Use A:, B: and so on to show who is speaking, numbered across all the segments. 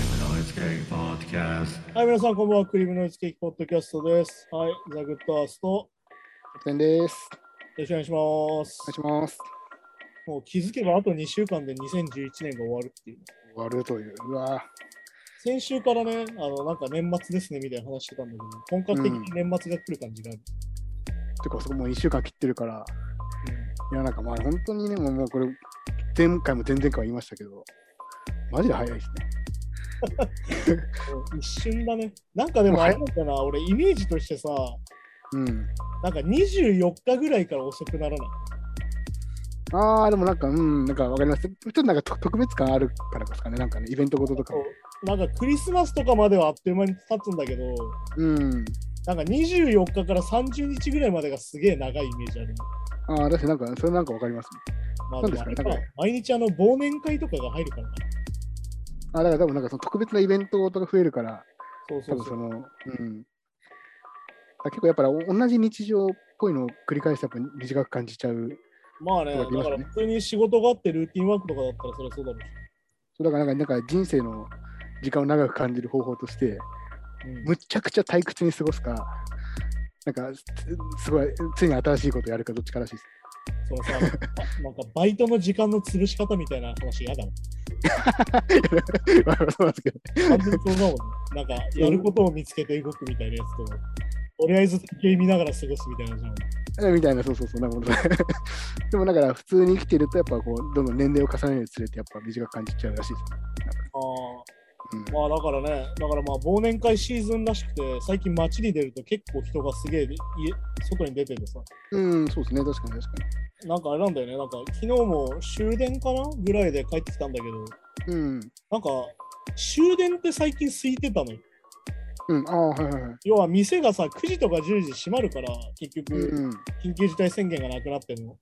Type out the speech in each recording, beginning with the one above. A: Cake Podcast.
B: はい、皆さん、こんばんは。クリームノイズケーキポッドキャストです。はい、ザ・グッドアースト、よ
C: 点です。
B: ろしくお願いします。
C: お願いします。
B: もう気づけばあと2週間で2011年が終わるっていう。
C: 終わるという。うわ
B: 先週からね、あの、なんか年末ですねみたいな話してたんだけど、本格的に年末が来る感じがある。
C: ぁ。てか、そこもう1週間切ってるから、いや、なんかまあ、本当にね、もうもうこれ、前回も前々回も言いましたけど、マジで早いですね。
B: うん一瞬だね。なんかでもあれなんかな、俺、イメージとしてさ、
C: うん。
B: なんか24日ぐらいから遅くならない。
C: ああ、でもなんか、うん、なんかわかります。ちょっとなんか特特別感あるからですかね、なんかね、イベントごととかも。
B: なんかクリスマスとかまではあっという間に経つんだけど、
C: うん。
B: なんか24日から30日ぐらいまでがすげえ長いイメージある。
C: ああ、確かになんか、それなんかわかります。
B: まあ、
C: そう
B: でも
C: です
B: あ
C: か
B: れ
C: ね
B: か
C: だから
B: 毎日あの忘年会とかが入るからな。
C: ああ、だから多分なんかその特別なイベントごとが増えるから、
B: そう
C: 多分その、うん。あ結構やっぱり同じ日常っぽいのを繰り返してやっぱ短く感じちゃう
B: まあね、
C: と
B: だ
C: か言いま
B: か
C: す
B: ら
C: よね
B: 普通に仕事があってルーティンワークとかだったらそれはそうだろうし。
C: そうだからなんかなんか人生の時間を長く感じる方法として、
B: うん
C: むちゃくちゃ退屈に過ごすか、なんかつすごい、ついに新しいことをやるかどっちからしいです。
B: そのさ、なんかバイトの時間の潰し方みたいな話嫌だもん。
C: まあそうなんですけど、
B: 完全にそうだもんね。なんかやることを見つけて動くみたいなやつと、とりあえず時計見ながら過ごすみたいなじゃん。
C: えみたいな、そうそうそう、なんか本当 でもだから普通に生きてると、やっぱこう、どんどん年齢を重ねるにつれて、やっぱ短く感じちゃうらしいです。
B: あ
C: うん
B: ーまあだからね、だからまあ忘年会シーズンらしくて、最近街に出ると結構人がすげえ家外に出ててさ、
C: うん、そうですね、確かに確か
B: なんかあれなんだよね、なんか昨日も終電かなぐらいで帰ってきたんだけど、
C: に。うん、
B: なんか終電って最近空いてたのよ。
C: うん、ああ、はいはいはい。
B: 要は店がさ、9時とか10時閉まるから、結
C: うん、
B: 局、
C: うん、
B: 緊急事態宣言がなくなってんの。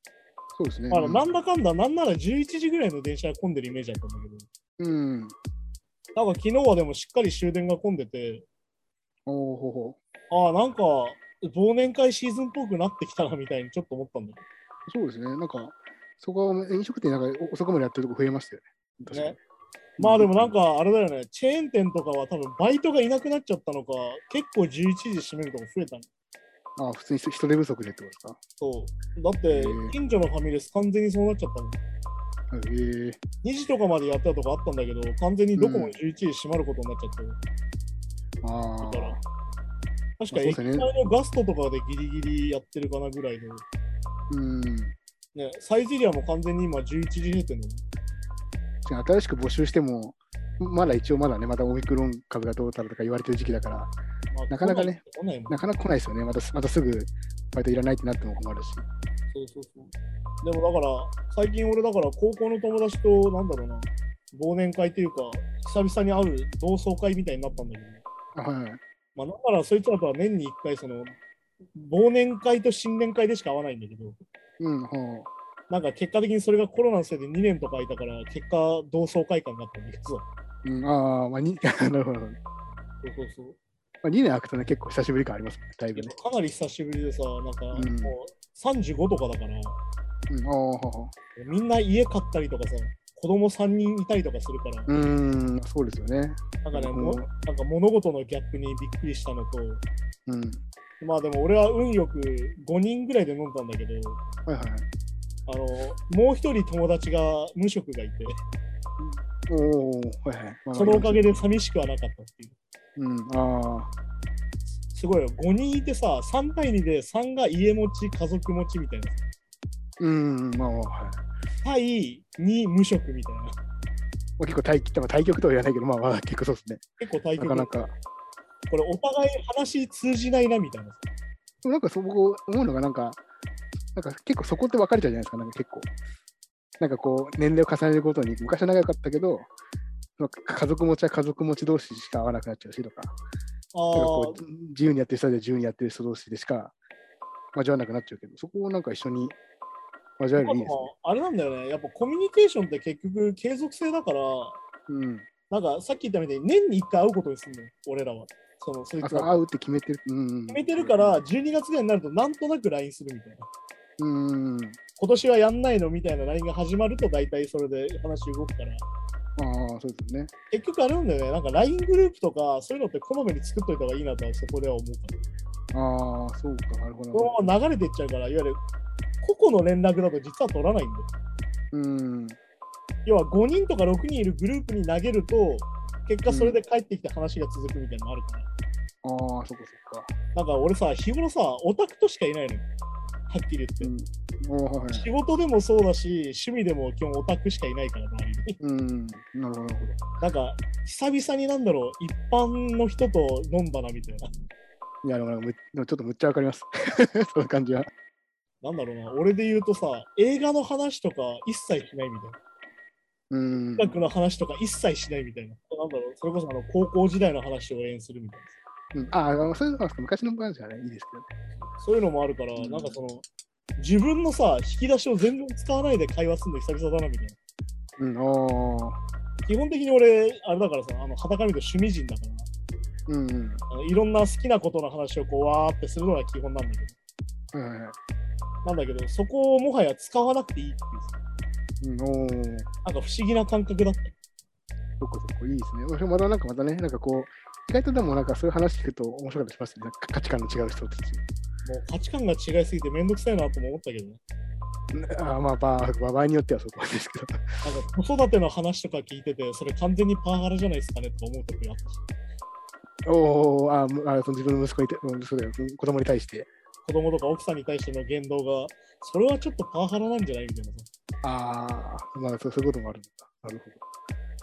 C: そうですね。
B: あのなん
C: だ
B: だかんだ、なんなら11時ぐらいの電車が混んでるイメージだったんだけ
C: うん、
B: ど、なんか昨日はでもしっかり終電が混んでて、
C: おおほうほう。
B: ああ、なんか忘年会シーズンっぽくなってきたなみたいにちょっと思ったんだよ
C: そうですね、なんか、そこは飲食店なんか遅くまでやってるとこ増えましたよね。確かに
B: ね。まあでもなんかあれだよね、チェーン店とかは多分バイトがいなくなっちゃったのか、結構11時閉めるとこ増えたの。
C: あ普通に人人手不足でってことで
B: そう。だって
C: へえ、
B: 近所のファミレス完全にそうなっちゃったもん。
C: すかへえ
B: 2時とかまでやってたとこあったんだけど、完全にどこも
C: うん
B: 11時閉まることになっちゃったよ。だ
C: あ
B: から
C: あ。
B: 確か駅
C: そ
B: 前
C: うですね
B: のガストとかでギリギリやってるかなぐらいの。
C: うん。
B: ね、サイゼリアも完全に今11時閉店の。
C: しかも新しく募集しても、まだ一応まだね、またオミクロン株がどうたらとか言われてる時期だから、
B: まあ
C: なかなかね。
B: 来ない来ないもん
C: なかなか来ないですよね。またまたすぐバイトいらないってなっても困るし。
B: そうそうそう。でもだから、最近俺だから高校の友達と、なんだろうな、忘年会というか、久々に会う同窓会みたいになったんだけど、
C: あはい。
B: まあだからそいつらとは年に1回、その、忘年会と新年会でしか会わないんだけど、
C: うん、ほ
B: なんか結果的にそれがコロナのせいで2年とか空いたから、結果同窓会館になったんだけど、そう
C: う。うん、ああ、まあ、に なるほど。ま
B: そうそう。
C: あ、2年空くとね、結構久しぶり感ありますね、だいぶ
B: い
C: ね
B: や。かなり久しぶりでさ、なんかもう
C: うん
B: 35とかだから、
C: うん、ああ、ほうほ
B: みんな家買ったりとかさ、子供3人いたりとかするから
C: う。、うん、そうですよね。
B: なんかね、
C: うん
B: もなんか物事のギャップにびっくりしたのと、
C: うん。
B: まあでも俺は運よく5人ぐらいで飲んだんだけど、
C: はいはいはい。
B: あの、もう一人友達が無職がいて、
C: おお、はいはい。まあ
B: そのおかげで。寂しくはなかったっていう。
C: うん、ああ。
B: すごいよ、5人いてさ、3対2で3が家持ち、家族持ちみたいな。
C: うん、まあ、はい。
B: 対2無職みたいな。
C: まあ、結構対局、まあ、対局とは言わないけど、まあ、まあ、結構そうですね。
B: 結構対
C: な
B: 局
C: かなか。
B: これお互い話通じないなみたいな。
C: でもなんかそう僕思うのが、なんか、なんか結構そこって分かれちゃうじゃないですか、なんか結構。なんかこう、年齢を重ねるごとに、昔は仲良かったけど、まあ家族持ちは家族持ち同士しか会わなくなっちゃうしとか、なんか
B: ああ
C: こ、う自由にやってる人で自由にやってる人同士でしか交わらなくなっちゃうけど、そこをなんか一緒に交われる
B: まあ
C: のいい
B: で
C: ですね。
B: もあれなんだよね。やっぱコミュニケーションって結局継続性だから、
C: うん。
B: なんかさっき言ったみたいに年に1回会うことにするのよ、俺らは。そのそい
C: あ
B: つ
C: そう
B: が。
C: 会うって決めてる。うんうん。
B: 決めてるから、12月ぐらいになるとなんとなく LINE するみたいな。
C: うん。うん。
B: 今年はやんないのみたいな LINE が始まると大体それで話動くから、
C: ああ、そうですよね。
B: 結局あれなんだよね、なんか LINE グループとか、そういうのってこまめに作っといた方がいいなとはそこでは思うから。
C: ああ、そうか、なるほど。
B: このまま流れていっちゃうから、いわゆる個々の連絡だと実は取らないんだよ。
C: うん。
B: 要は5人とか6人いるグループに投げると、結果それで帰ってきて話が続くみたいなのあるから。
C: ああ、そうか、そうか。
B: なんか俺さ、日頃さ、オタクとしかいないのよ。はっきり言って。
C: うん。ああ、はい。
B: 仕事でもそうだし、趣味でも基本オタクしかいないから、周りに。
C: うん。なるほど、なるほど。
B: なんか、久々になんだろう、一般の人と飲んだなみたいな。
C: いや、でもなんかむでもちょっとむっちゃわかります。 その感じは。
B: なんだろうな、俺で言うとさ、映画の話とか一切しないみたいな。
C: うん。
B: 音楽の話とか一切しないみたいな。なんだろう、それこそあの高校時代の話を応援するみたいな。
C: うんああ、そういうのは昔の話はね、いいですけど。
B: そういうのもあるから、
C: うん
B: なんかその、自分のさ、引き出しを全然使わないで会話するの久々だなみたいな。
C: うん、ああ。
B: 基本的に俺、あれだからさ、あの、はたから見ると趣味人だから、
C: うん、うん。
B: あのいろんな好きなことの話をこう、わーってするのが基本なんだけ
C: はいはいはい。
B: ど、なんだけど、そこをもはや使わなくていいっていうさ、
C: うん、おー
B: なんか不思議な感覚だった。
C: そっかそっか、いいですね。私もまたなんかまたね、なんかこう、意外とでもなんかそういう話聞くと面白かったりしますね。なんか価値観の違う人たち。
B: もう価値観が違いすぎてめんどくさいなとも思ったけどね。
C: あーまあ場合、場合によってはそうかもですけど。
B: なんか子育ての話とか聞いてて、それ完全にパワハラじゃないですかねとか思う時があったし、
C: おお、あーむあー、その自分の息子にて、うんそうだよ、子供に対して。
B: 子供とか奥さんに対しての言動が、それはちょっとパワハラなんじゃないみたいなさ。
C: ああ、まあそうそういうこともあるんだ。なるほど。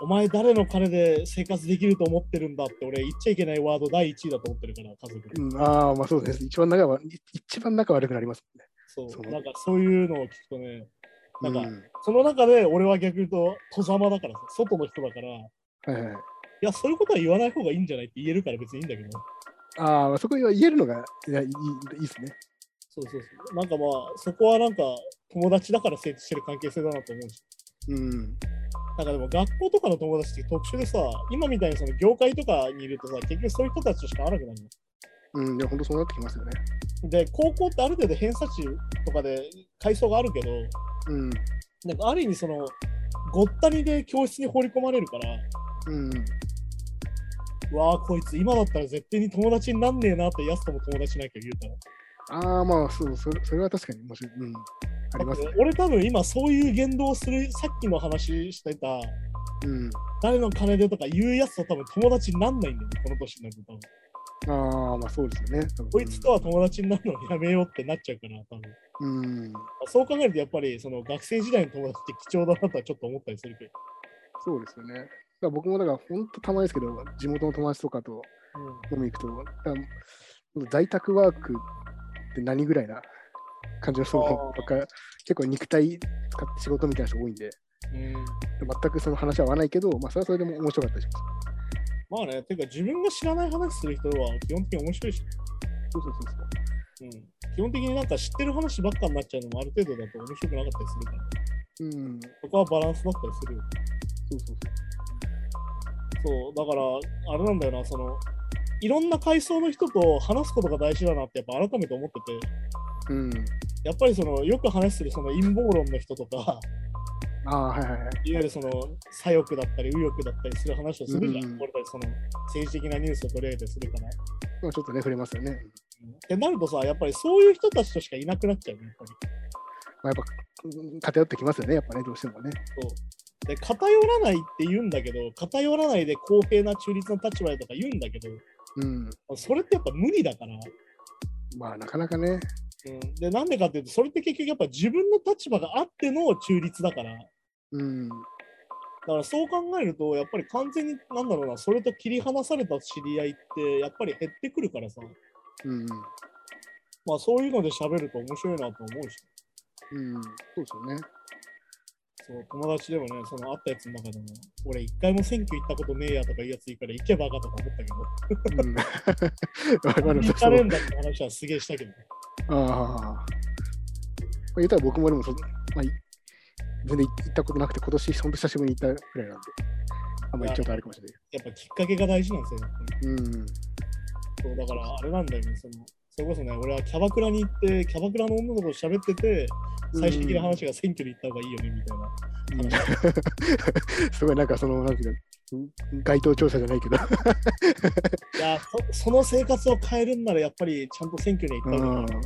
B: お前誰の金で生活できると思ってるんだって俺言っちゃいけないワード第1位だと思ってるから家族で
C: うん、ああ、まあそうです。一番仲は、い一番仲悪くなります
B: そう
C: そう
B: なんかそういうのを聞くとね
C: もん
B: な
C: ね。
B: んか
C: うん
B: その中で俺は逆に言うと戸様だからさ外の人だからい
C: はいはいはい。
B: やそういうことは言わない方がいいんじゃないって言えるから別にいいんだけど
C: ああ、まあそこは言えるのがいやいいいいですね。
B: そうそうそうなんかまあそこはなんか友達だから成立してる関係性だなと思うし
C: うん。
B: なんかでも学校とかの友達って特殊でさ今みたいにその業界とかにいるとさ結局そういう人たちとしか会わなくなるの
C: うん、でも本当そうなってきますよね。
B: で高校ってある程度偏差値とかで階層があるけど
C: うん。
B: なんかある意味そのごったにで教室に放り込まれるから
C: うん。
B: うわあこいつ今だったら絶対に友達になんねえなってやつとも友達なきゃ言うたら
C: ああ、まあそう、それそれは確かに、もし、うん。あり
B: だ
C: ま
B: っ
C: す
B: て
C: ね。
B: 俺多分今そういう言動をするさっきの話してた
C: うん。
B: 誰の金でとか言うやつと多分友達になんないんだよねこの年になると多分
C: ああ、まあそうですよね。多分
B: こいつとは友達になるのやめようってなっちゃうから多分
C: うん。
B: そう考えるとやっぱりその学生時代の友達って貴重だなとはちょっと思ったりするけど、
C: そうですよね。だから僕もだから、本当たまにですけど、地元の友達とかと飲み行くと、だから在宅ワークって何ぐらいな感じの人
B: あ
C: ば
B: ー
C: っかり、結構肉体使って仕事みたいな人多いんで、
B: うん
C: 全くその話は合わないけど、まあそれはそれでも面白かったりします。
B: まあねていうか自分が知らない話する人は基本的に面白いし
C: そうそうそうそう。
B: うん基本的になんか知ってる話ばっかになっちゃうのもある程度だと面白くなかったりするから、
C: うん、
B: そこはバランスだったりするよ。
C: そうそう
B: そう、だから、あれなんだよな、その、いろんな階層の人と話すことが大事だなってやっぱ改めて思ってて、
C: そう。うん。
B: やっぱりその、よく話するその陰謀論の人とか、
C: ああ、はいはいはい。
B: いわゆるその、左翼だったり右翼だったりする話をするじゃん。
C: うんうん
B: 俺たちその、政治的なニュースを取り上げてするから。
C: まあ、ちょっとね、触れますよね。
B: うんってなるとさ、やっぱりそういう人たちとしかいなくなっちゃうね、やっぱり。
C: まあ、やっぱうん偏ってきますよね、やっぱね、どうしてもね。
B: そうで偏らないって言うんだけど偏らないで公平な中立の立場でとか言うんだけど
C: うん。
B: それってやっぱ無理だから、
C: まあ、なかなかね。
B: うん、でなんでかっていうとそれって結局やっぱ自分の立場があっての中立だからだ
C: うん。
B: からそう考えるとやっぱり完全になんだろうなそれと切り離された知り合いってやっぱり減ってくるからさ、
C: うん。
B: まあ、そういうので喋ると面白いなと思うし
C: うん。そうですよね。
B: そう友達でもねその会ったやつの中でも俺一回も選挙行ったことねえやとかいうやついるから行けばかとか思ったけど
C: うん。わかる
B: 行かれんだって話はすげえしたけど。
C: ああ。まあ言ったら僕もでもそ、まあ、い全然行ったことなくて、今年、ほんと久しぶりに行ったくらいなんで、あんまりちょっとあれかもしれない
B: やっぱきっかけが大事なんですよ、やっぱり
C: けど。うん。
B: そうだからあれなんだよね、そのそれこそね、俺はキャバクラに行って、キャバクラの女の子と喋ってて、最終的な話が選挙に行った方がいいよね、みたいな。
C: うんすごいなんかその、なんていうの、街頭調査じゃないけど、
B: いやそ、 その生活を変えるんなら、やっぱりちゃんと選挙に行った方
C: う
B: が
C: んで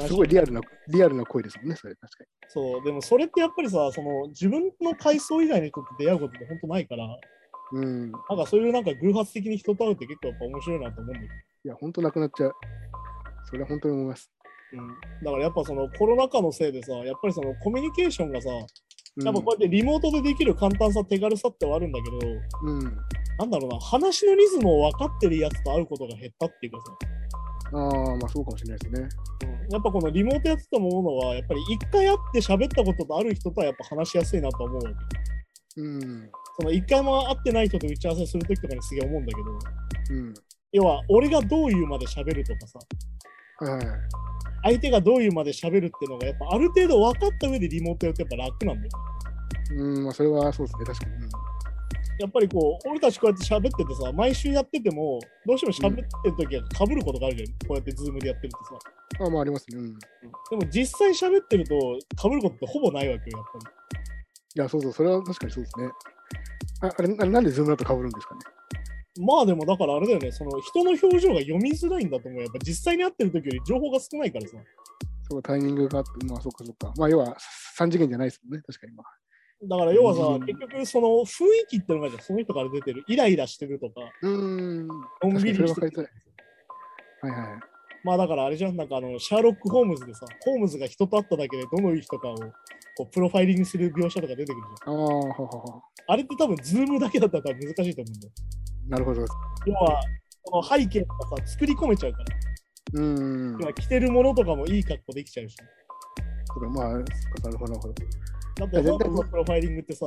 C: もすごいリアルな、リアルな声ですもんね、それ確か
B: そう、でもそれってやっぱりさ、その自分の階層以外の人と出会うことって本当ないから、
C: に。う
B: な
C: ん。
B: んかそういうなんか偶発的に人と会うって結構やっぱ面白いなと思うんだけど。
C: いや、本当なくなっちゃう。それは本当に思います。
B: うん、だからやっぱそのコロナ禍のせいでさ、やっぱりそのコミュニケーションがさ、や
C: うん
B: っぱこうやってリモートでできる簡単さ、手軽さってはあるんだけど、
C: うん。
B: なんだろうな、話のリズムを分かってるやつと会うことが減ったっていうかさ、
C: ああ、まあそうかもしれないですね。
B: やっぱこのリモートやってたものは、やっぱり一回会って喋ったこととある人とはやっぱ話しやすいなとは思うわけ。
C: うん。
B: その一回も会ってない人と打ち合わせするときとかにすげえ思うんだけど、
C: うん。
B: 要は俺がどういうまで喋るとかさ、
C: はいはい。
B: 相手がどういうまで喋るっていうのが、やっぱある程度分かった上でリモートやってやっぱ楽なんだよ。
C: うん、まあそれはそうですね、確かに。うん
B: やっぱりこう、俺たちこうやって喋っててさ、毎週やってても、どうしても喋ってるときはかぶることがあるじゃん。こうやってズームでやってるとさ。
C: まあまあありますね。うん。い
B: でも実際喋ってると、かぶることってほぼないわけよ、やっぱり。
C: や、そうそう、それは確かにそうですね。ああれ、ななんでズームだと被るんですかね。
B: まあでもだからあれだよね、その人の表情が読みづらいんだと思う。やっぱ実際に会ってる時より情報が少ないからさ。
C: そうタイミングがあって、まあそうかそうか。まあ要は3次元じゃないですもんね、確かに。まあ、
B: だから要は
C: う
B: さ、
C: ん
B: 結局その雰囲気ってのがじゃんその人から出てる、イライラしてるとか、
C: うーん。
B: のんびり
C: 確かにそれ
B: し
C: 分
B: て
C: かり
B: る
C: づらい。はいはいはい。
B: まあだからあれじゃん、なんかあの、シャーロック・ホームズでさ、ホームズが人と会っただけでどの人かをこうプロファイリングする描写とか出てくるじゃん。
C: ああ、ははは。
B: あれって多分、ズームだけだったら多分難しいと思うんだよ。
C: なるほど。
B: 要は、この背景とかさ、作り込めちゃうから。
C: うーん。
B: 要は着てるものとかもいい格好できちゃうし。
C: そうかまあ、そっかなるほど、なるほど。
B: だって、ホームズのプロファイリングってさ、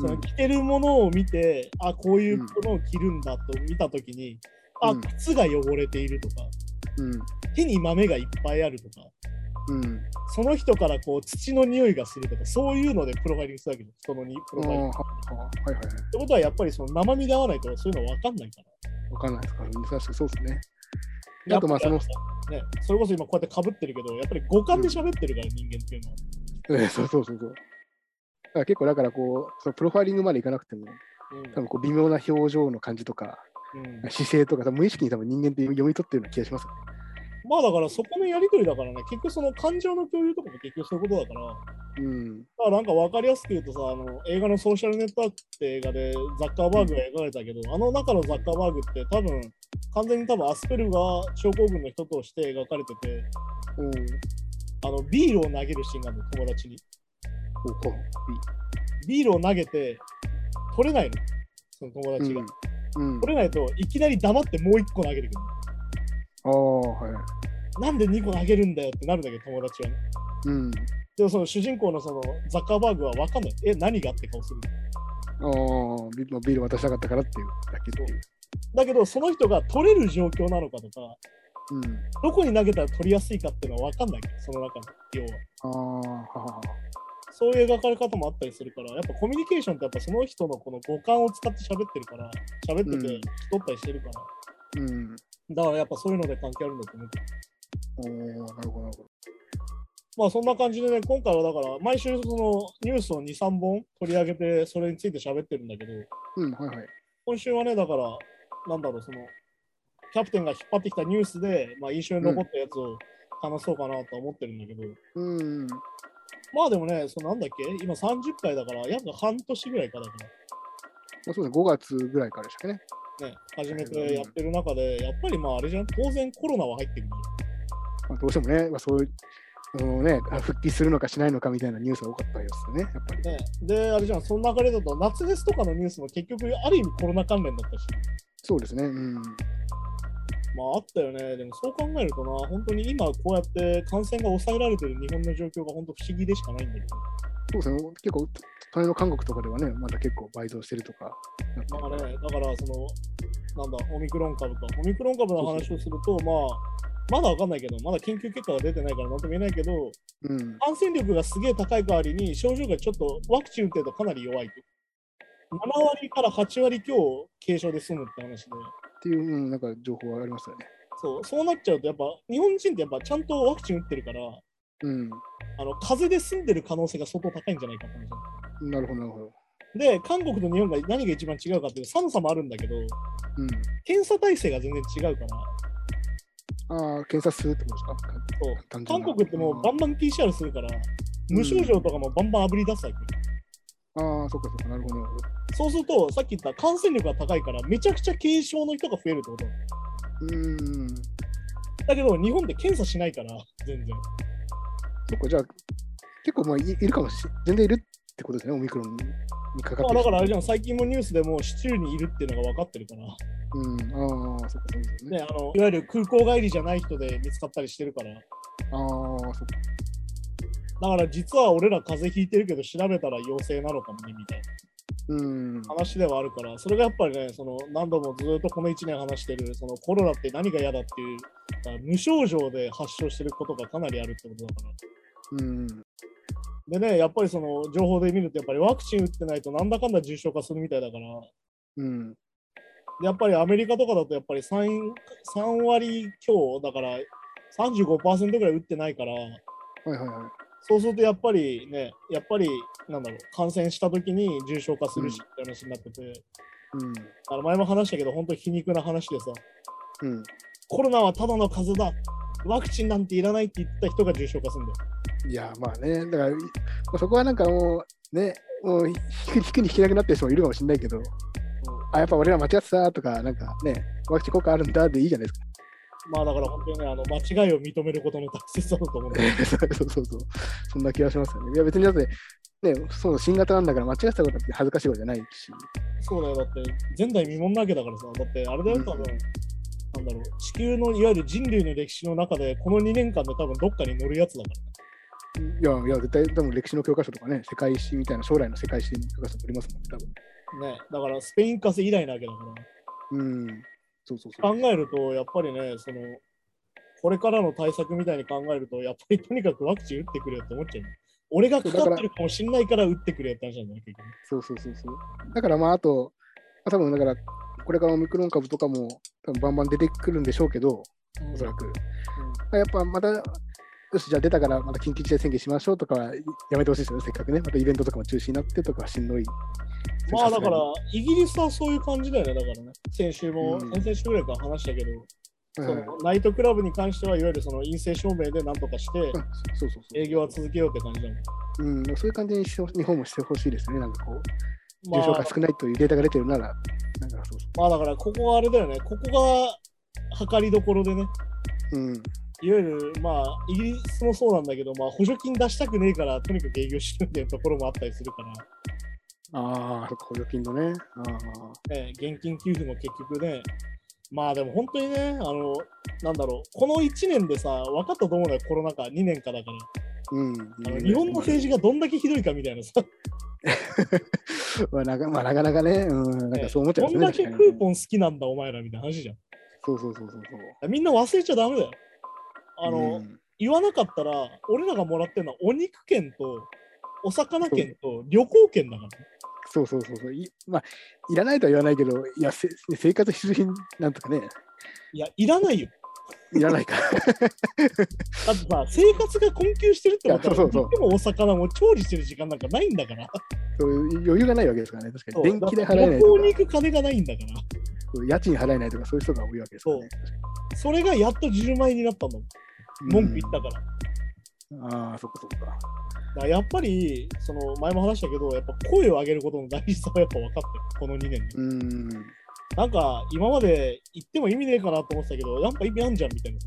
B: そ
C: うん
B: の着てるものを見て、あ、こういうものを着るんだと見たときに、あ、
C: うん
B: 靴が汚れているとか、
C: うん。
B: 手に豆がいっぱいあるとか、
C: うん。
B: その人からこう土の匂いがするとか、そういうのでプロファイリングするわけです、人のにプロ
C: あ
B: ファ
C: あ、
B: イ
C: は
B: リング。っ
C: はは。はいはいはい。
B: てことは、やっぱりその生身で合わないとそういうの分かんないから。
C: わかんないですからね。確かにそうですね。
B: やっ
C: あとまあ
B: ぱ
C: そ
B: り
C: の、
B: ね、それこそ今こうやってかぶってるけど、やっぱり五感で喋ってるから、人間っていうのは。
C: えそうそうそうそう。だから結構だからこう、そのプロファイリングまでいかなくても、多分こう微妙な表情の感じとか、
B: うんうん
C: 姿勢とか、多分無意識に多分人間って読み取ってるような気がします。
B: まあだからそこのやりとりだからね、結局その感情の共有とかも結局そういうことだから、
C: うん。
B: だからなんか分かりやすく言うとさ、あの映画のソーシャルネットワークって映画でザッカーバーグが描かれたけど、あの中のザッカーバーグって多分、完全に多分アスペルガー症候群の人として描かれてて、
C: おー
B: あのビールを投げるシーンがあるの、友達に。
C: ほうほう
B: ビールを投げて、取れないの、その友達が。
C: うん。うん、
B: 取れないといきなり黙ってもう1個投げてくる。
C: ああ、はい。
B: なんで2個投げるんだよってなるんだけど、友達はね。
C: うん。
B: でもその主人公のそのザッカーバーグは分かんない。え、何がって顔する。
C: ああ、ビまあビール渡したかったからっていうだけっていう。
B: だけど、その人が取れる状況なのかとか、
C: うん。
B: どこに投げたら取りやすいかっていうのは分かんないけど、その中の要は。
C: ああ、ははは。
B: そういう描かれ方もあったりするから、やっぱコミュニケーションってやっぱその人のこの五感を使って喋ってるから、喋ってて
C: うん
B: 聞き取ったりしてるから、
C: うん。
B: だからやっぱそういうので関係あるんだと思う。
C: おおなるほど、なるほ
B: まあそんな感じでね、今回はだから毎週そのニュースを2、3本取り上げて、それについて喋ってるんだけど、
C: ど。うん、はいはい。
B: 今週はね、だから、なんだろう、その、キャプテンが引っ張ってきたニュースで、まあ、印象に残ったやつを話そうかなとは思ってるんだけど、
C: うん。
B: まあでもね、そのなんだっけ、今30回だから、約半年ぐらいかだか
C: まあ、そうですね、5月ぐらいからでしたっけね。
B: ら、ね、始めてやってる中で、やっぱりまああれじゃん、当然コロナは入ってくるじ
C: まあ、どうしてもね、まあ、そういう、あのね、あ復帰するのかしないのかみたいなニュースが多かったですよね、やっぱり。
B: ゃん。ね、で、あれじゃん、その流れだと、夏フェスとかのニュースも結局、ある意味コロナ関連だったし、
C: そうですね、うん。
B: まああったよね、でもそう考えるとな、本当に今こうやって感染が抑えられてる日本の状況が本当不思議でしかないんだけど。
C: そうですね、結構、隣の韓国とかではね、まだ結構倍増してるとかなって
B: ま
C: るか
B: あ
C: ら。
B: ね、だからその、なんだ、オミクロン株か。オミクロン株の話をすると、まあ、まだわかんないけど、まだ研究結果が出てないから、なんとも言えないけど、
C: うん。
B: 感染力がすげえ高い代わりに、症状がちょっとワクチン打ってるとかなり弱いと。7割から8割強軽症で済むって話で、
C: っていう、うん、なんか情報はありますよね。
B: そうそうなっちゃうと、やっぱ日本人ってやっぱちゃんとワクチン打ってるから、
C: うん。
B: あの風邪で済んでる可能性が相当高いんじゃないかって話
C: なるほど、なるほど。
B: で、韓国と日本が何が一番違うかっていうと、寒さもあるんだけど、
C: うん。
B: 検査体制が全然違うから、
C: ああ、検査するってことですか
B: そう
C: 単純
B: 韓
C: な
B: 国ってもうバンバン PCR するから、無症状とかもバンバンあぶり出すわけ。
C: ああ、そっかそっか、なるほど、なるほど。
B: そうすると、さっき言った感染力が高いから、めちゃくちゃ軽症の人が増えるってことなの。
C: うーん。そ
B: だけど、日本って検査しないから、全然。
C: っか、じゃあ、結構まあい、いるかもし全然いるってことですね、オミクロンにかかってる
B: まあ、
C: 人
B: だからあれじゃん、最近もニュースでもう市中にいるっていうのが分かってるから、
C: うん、ああ、そっか、そうですよね。
B: ね、あのいわゆる空港帰りじゃない人で見つかったりしてるから、だ
C: ああ、そっか。
B: から実は俺ら風邪ひいてるけど、調べたら陽性なのかもねみたいな
C: うん。
B: 話ではあるから、それがやっぱりね、その何度もずっとこの1年話してる、そのコロナって何が嫌だっていう、だから無症状で発症してることがかなりあるってことだから。
C: うん。
B: でね、やっぱりその情報で見ると、やっぱりワクチン打ってないとなんだかんだ重症化するみたいだから、
C: うん。
B: でやっぱりアメリカとかだと、やっぱり 3, 3割強、だから35%ぐらい打ってないから、
C: はいはいはい。
B: そうするとやっぱりね、やっぱりなんだろう、感染した時に重症化するし
C: う
B: って話になってて、だ
C: うん。
B: から前も話したけど、本当に皮肉な話でさ、
C: うん。
B: コロナはただの風邪だ、ワクチンなんていらないって言った人が重症化するんだよ。
C: いや、まあね、だから、いまあそこはなんかもう、ね、もう、引く引くに引けなくなってる人もいるかもしれないけど、あ、やっぱ俺ら間違ってたとか、なんかね、ワクチン効果あるんだでいいじゃないですか。
B: まあだから本当にね、あの間違いを認めることの大切さだと思うんだよ。
C: そうそうそう。そんな気がしますよね。いや、別にだって、ね、そう、新型なんだから間違ってたことって恥ずかしいことじゃないし。
B: そうだよ、だって前代未聞なわけだからさ、だってあれだよ、多分、
C: うん
B: なんだろう、地球のいわゆる人類の歴史の中で、この2年間で多分どっかに乗るやつだから。
C: いや、いや、絶対、多分歴史の教科書とかね、世界史みたいな、将来の世界史の教科書もありますもんね、多分。
B: ね、だからスペイン風邪以来なわけだから。
C: うん。そうそうそう。
B: 考えると、やっぱりね、その、これからの対策みたいに考えると、やっぱりとにかくワクチン打ってくれよって思っちゃうよ。俺がかかってるかもしんないから打ってくれよって話なんだよ、結局。
C: そうそうそうそう。だからまあ、あと、まあ多分だから、これからオミクロン株とかも、多分バンバン出てくるんでしょうけど、おそらく。やっぱまた、よし、じゃあ出たから、また緊急事態宣言しましょうとかはやめてほしいですよね、せっかくね。またイベントとかも中止になってとかはしんどい。
B: まあだから
C: は、
B: イギリスはそういう感じだよね、だからね。先週も、
C: うん
B: 先々週ぐらいから話したけど、
C: い
B: そ
C: はい
B: のナイトクラブに関してはいわゆるその陰性証明でなんとかして
C: うんそうそうそう。
B: 営業は続けようって感じだもん。
C: うん、そういう感じにしてほ日本もしてほしいですね、なんかこう、
B: ま
C: 重症
B: あ
C: 化、少ないというデータが出てるなら、なんかそうそ
B: まあだからここがあれだよね、ここが測りどころでね、
C: う。う
B: い
C: ん、
B: わゆるまあイギリスもそうなんだけど、まあ、補助金出したくねえからとにかく営業してるっていうところもあったりするから、
C: ああ、そっか補助金のね。ああ
B: ね、現金給付も結局ね、まあでも本当にね、あの、なんだろう、この1年でさ、分かったと思うのよ、コロナ禍、2年かだから。
C: うん、
B: あの日本の政治がどんだけひどいかみたいなさ、
C: まあ、なかまあなかなかね、うん、なんかそう思っちゃい
B: ど
C: ます
B: ん
C: ね。
B: だけク
C: 確かに
B: ーポン好きなんだ、お前らみたいな話じゃん。
C: そうそうそうそうそう。
B: みんな忘れちゃダメだよ。あの、
C: うん
B: 言わなかったら、俺らがもらってるのはお肉券と、お魚券と旅行券だからね。
C: そうそうそうそうい。まあ、いらないとは言わないけど、いや、せ生活必需品なんとかね、
B: いや、いらないよ。
C: いらな いか。
B: だってさ、生活が困窮してるってこと
C: いや そう
B: は、
C: そうそう
B: 肉もお魚も調理してる時間なんかないんだから。
C: そういう余裕がないわけですからね、確か
B: そう
C: に。電気代払えな
B: 旅
C: いと
B: 行
C: か
B: に、行く金がないんだから。
C: そう家賃払えないとか、そういう人が多いわけですからね。
B: それがやっと10万円になったんだもん。文句言ったから。
C: うんああ、そっかそっか。
B: だからやっぱり、その前も話したけど、やっぱ声を上げることの大事さはやっぱ分かってる、この2年で。
C: うん。
B: なんか、今まで言っても意味ねえかなと思ってたけど、やっぱ意味あんじゃんみたいなさ。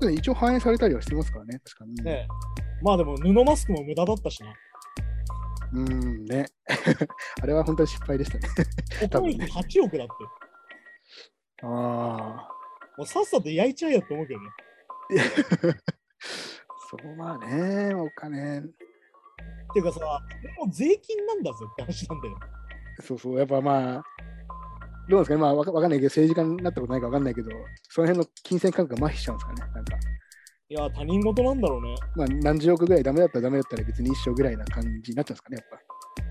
C: でも一応反映されたりはしてますからね、確かに。
B: ねえまあでも、布マスクも無駄だったしな。
C: うんね。 あれは本当に失敗でしたね。多
B: 国
C: 分ね
B: 民8億だって。
C: ああ。
B: もうさっさと焼いちゃえよって思うけどね。
C: そうまあね、お金。
B: っていうかさ、もう税金なんだぜって話なんだよ。
C: そうそう、やっぱまあ、どうなんですかね、まあわかわかんないけど、政治家になったことないからわかんないけど、その辺の金銭感覚が麻痺しちゃうんですかね。なんか、
B: いや、他人事なんだろうね。
C: まあ何十億ぐらいダメだったらダメだったら別に一生ぐらいな感じになっちゃうんですかね、やっぱ。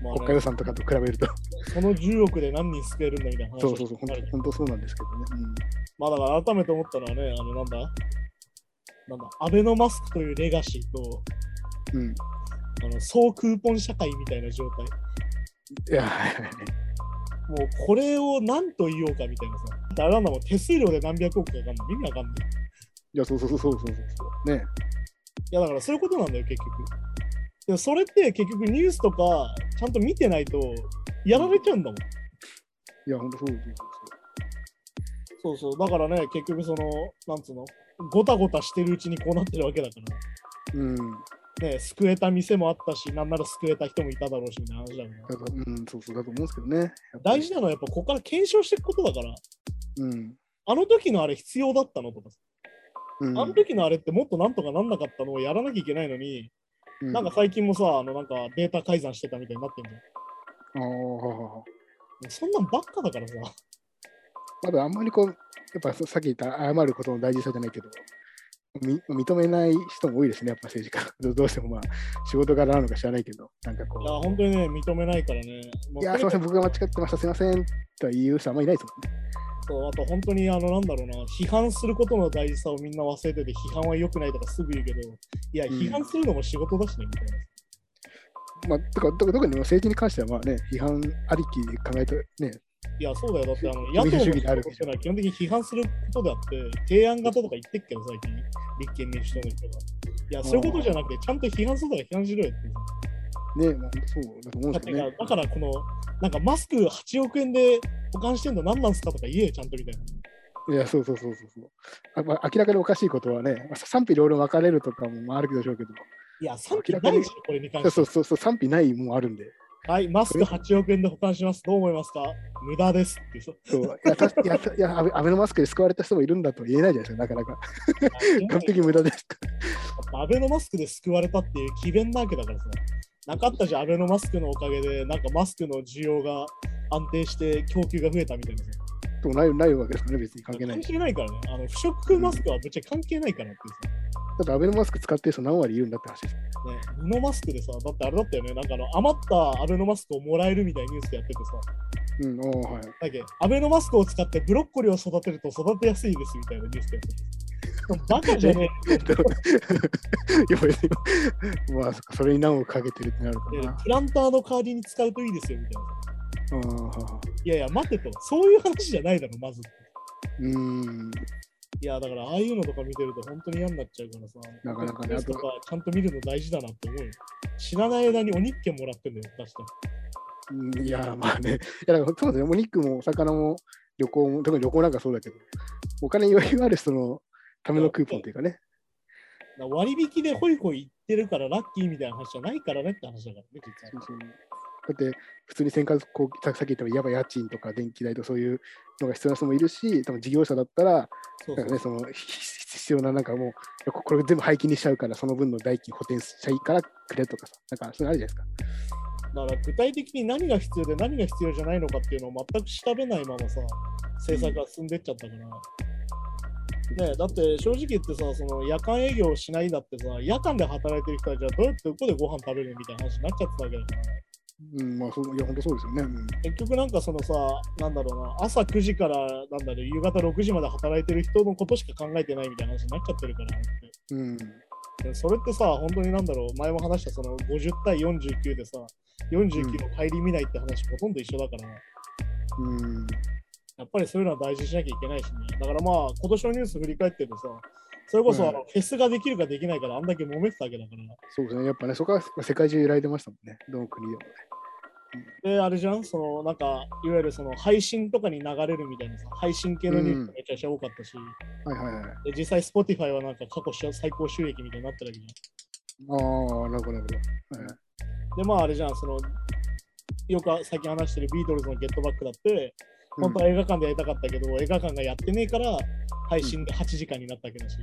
B: まあね
C: 北海道産とかと比べると。
B: その10億で何人救えるんだみたいな話
C: そうそうそう、
B: にな
C: 本
B: る
C: 当本当そうなんですけどね。うん
B: まあだから改めて思ったのはね、あのなんだなんだ、アベノマスクというレガシーと、
C: うん、
B: あの総クーポン社会みたいな状態。
C: いや、はいはいはい
B: もうこれを何と言おうかみたいなさ。だってあれなんだもん、手数料で何百億かかんの意味わかんない。
C: いや、そうそうそうそうそうそう。ね。
B: いやだからそういうことなんだよ、結局。でもそれって結局ニュースとかちゃんと見てないとやられちゃうんだもん。
C: いや、本当そうそうそう
B: そうそう、だからね、結局その、なんつうの、ごたごたしてるうちにこうなってるわけだから。
C: そう。うん。
B: ね、救えた店もあったし、なんなら救えた人もいただろうしみたいな話だもんね。
C: だとうん、そうそうだと思うんですけどね。やっぱり
B: 大事なのはやっぱここから検証していくことだから、
C: うん。
B: あの時のあれ必要だったのとか、
C: うん、
B: あの時のあれってもっとなんとかなんなかったのをやらなきゃいけないのに、
C: う
B: なんか最近もさ、あのなんかデータ改ざんしてたみたいになってんじゃん。
C: ああ、
B: そんなんばっかだからさ、
C: まだあんまりこう、やっぱささっき言った謝ることの大事さじゃないけど、み認めない人も多いですね、やっぱ政治家。 どどうしてもまあ、仕事柄なのか知らないけど、なんかこ
B: いや、
C: う、
B: 本当にね、認めないからね、もう
C: いや、す
B: それ
C: いません、僕が間違ってました、すいませんとは言う人あんまりいないですもんね。
B: と、あと本当にあのなんだろうな、批判することの大事さをみんな忘れてて、批判は良くないとかすぐ言うけど、いや、
C: うん
B: 批判するのも仕事だしね、みたいな。
C: まあ、とか、とか特に政治に関してはまあね、批判ありきで考えてね、
B: いや、そうだよ。だって、あの、野
C: 民 主
B: 党の
C: 主義
B: 人
C: である
B: としてのは基本的に批判することであって、提案型とか言ってっけど、最近、立憲民主党の人が。いや、そういうことじゃなくて、ちゃんと批判するとか批判しろよって。
C: ね、まあ、本当そうだと思うん
B: だ
C: で
B: っ
C: す
B: て
C: けど
B: か
C: ね、。
B: だから、この、なんかマスク8億円で保管してんの何なんすかとか言えよ、ちゃんとみたいな。
C: いや、そうそうそうそうそうあ、まあ。明らかにおかしいことはね、まあ賛否両論分かれるとかもまああるでしょうけど、
B: いや、賛否
C: 明らか
B: ない
C: に
B: でしょ、これに関
C: そう
B: して
C: そうそうそう、賛否ないもあるんで。
B: は。はい、マスク8億円で保管します。どう思いますか無駄ですってさ。
C: そういやたいやたいやアベアベノマスクで救われた人もいるんだとは言えないじゃないですか、なかなか。 完璧無駄ですか。
B: アベノマスクで救われたっていう詭弁なわけだからさ。なかったじゃん、アベノマスクのおかげで、なんかマスクの需要が安定して供給が増えたみたいなさ。
C: でもないないわけですからね、別に関係ない
B: 関
C: し。
B: 係ないからね。あの不織布マスクはぶっちゃけ関係ないからって
C: だってアベノマスク使ってる人何割いるんだって話です。
B: さ、ね、布マスクでさ、だってあれだったよね。なんかあの余ったアベノマスクをもらえるみたいなニュースやっててさ、
C: うん、おーはい。
B: だっけアベノマスクを使ってブロッコリーを育てると育てやすいですみたいなニュースやってて。バカじゃねえ。
C: でもいや別にまあ、そっかそれに何をかけてるってなるか
B: いや
C: な。
B: プランターの代わりに使うといいですよみたいな。
C: あー
B: いやいや、待てと。そういう話じゃないだろ、まず。
C: うーん、
B: いや、だから、ああいうのとか見てると本当に嫌になっちゃうからさ。
C: なかなかね
B: ニュースとかちゃんと見るの大事だなって思うよ。知らない間にお日券もらってんだよ、確か
C: うんいや、まあね。いや、だからそうですね、お肉もお魚も旅行も、特に旅行なんかそうだけど、お金に余裕ある人のためのクーポンというかね。
B: に。だから割引でホイホイ行ってるからラッキーみたいな話じゃないからねって話だからね、
C: そ
B: 実
C: う
B: は。
C: そうだって普通に生活こうささっき言ったやばい家賃とか電気代とそういうのが必要な人もいるし、多分事業者だったら、
B: そうそ
C: なん
B: う
C: かね、そのひひ必要ななんかもう、いやここれ全部廃棄にしちゃうから、その分の代金補填しちゃいからくれとかさ、なんかそういうのあるじゃない
B: だか
C: で
B: ら具体的に何が必要で何が必要じゃないのかっていうのを全く調べないままさ、政策が進んでっちゃったから。ねえだって正直言ってさ、その夜間営業をしないんだってさ、夜間で働いてる人はじゃあどうやってどこでご飯食べるのみたいな話になっちゃってたわけだから。
C: すか。うん、まあそう、いや、本当そうですよね。うん
B: 結局なんかそのさ、なんだろうな、朝9時からなんだろう、夕方6時まで働いてる人のことしか考えてないみたいな話になっちゃってるからって。
C: うん、
B: でそれってさ、本当になんだろう、前も話したその50対49でさ、49の帰り見ないって話ほとんど一緒だから、
C: うん、
B: やっぱりそういうのは大事にしなきゃいけないしね。だからまあ、今年のニュース振り返ってるとさ、それこそあの、フェスができるかできないからあんだけ揉めてたわけだから。
C: そうですね。やっぱね、そこは世界中揺らいでましたもんね、どの国でもね。
B: で、あれじゃん、そのなんか、いわゆるその配信とかに流れるみたいなさ、配信系のニュースがめちゃくちゃ多かったし。
C: はいはいはい。あ
B: で実際 Spotify はなんか過去し最高収益みたいになってるわけじ
C: あ、なるほど、なるほど。はい
B: ゃん。で、まああれじゃん、その、よく最近話してるビートルズのゲットバックだって、本当は映画館でやりたかったけど、映画館がやってねえから、配信で8時間になったわけだし。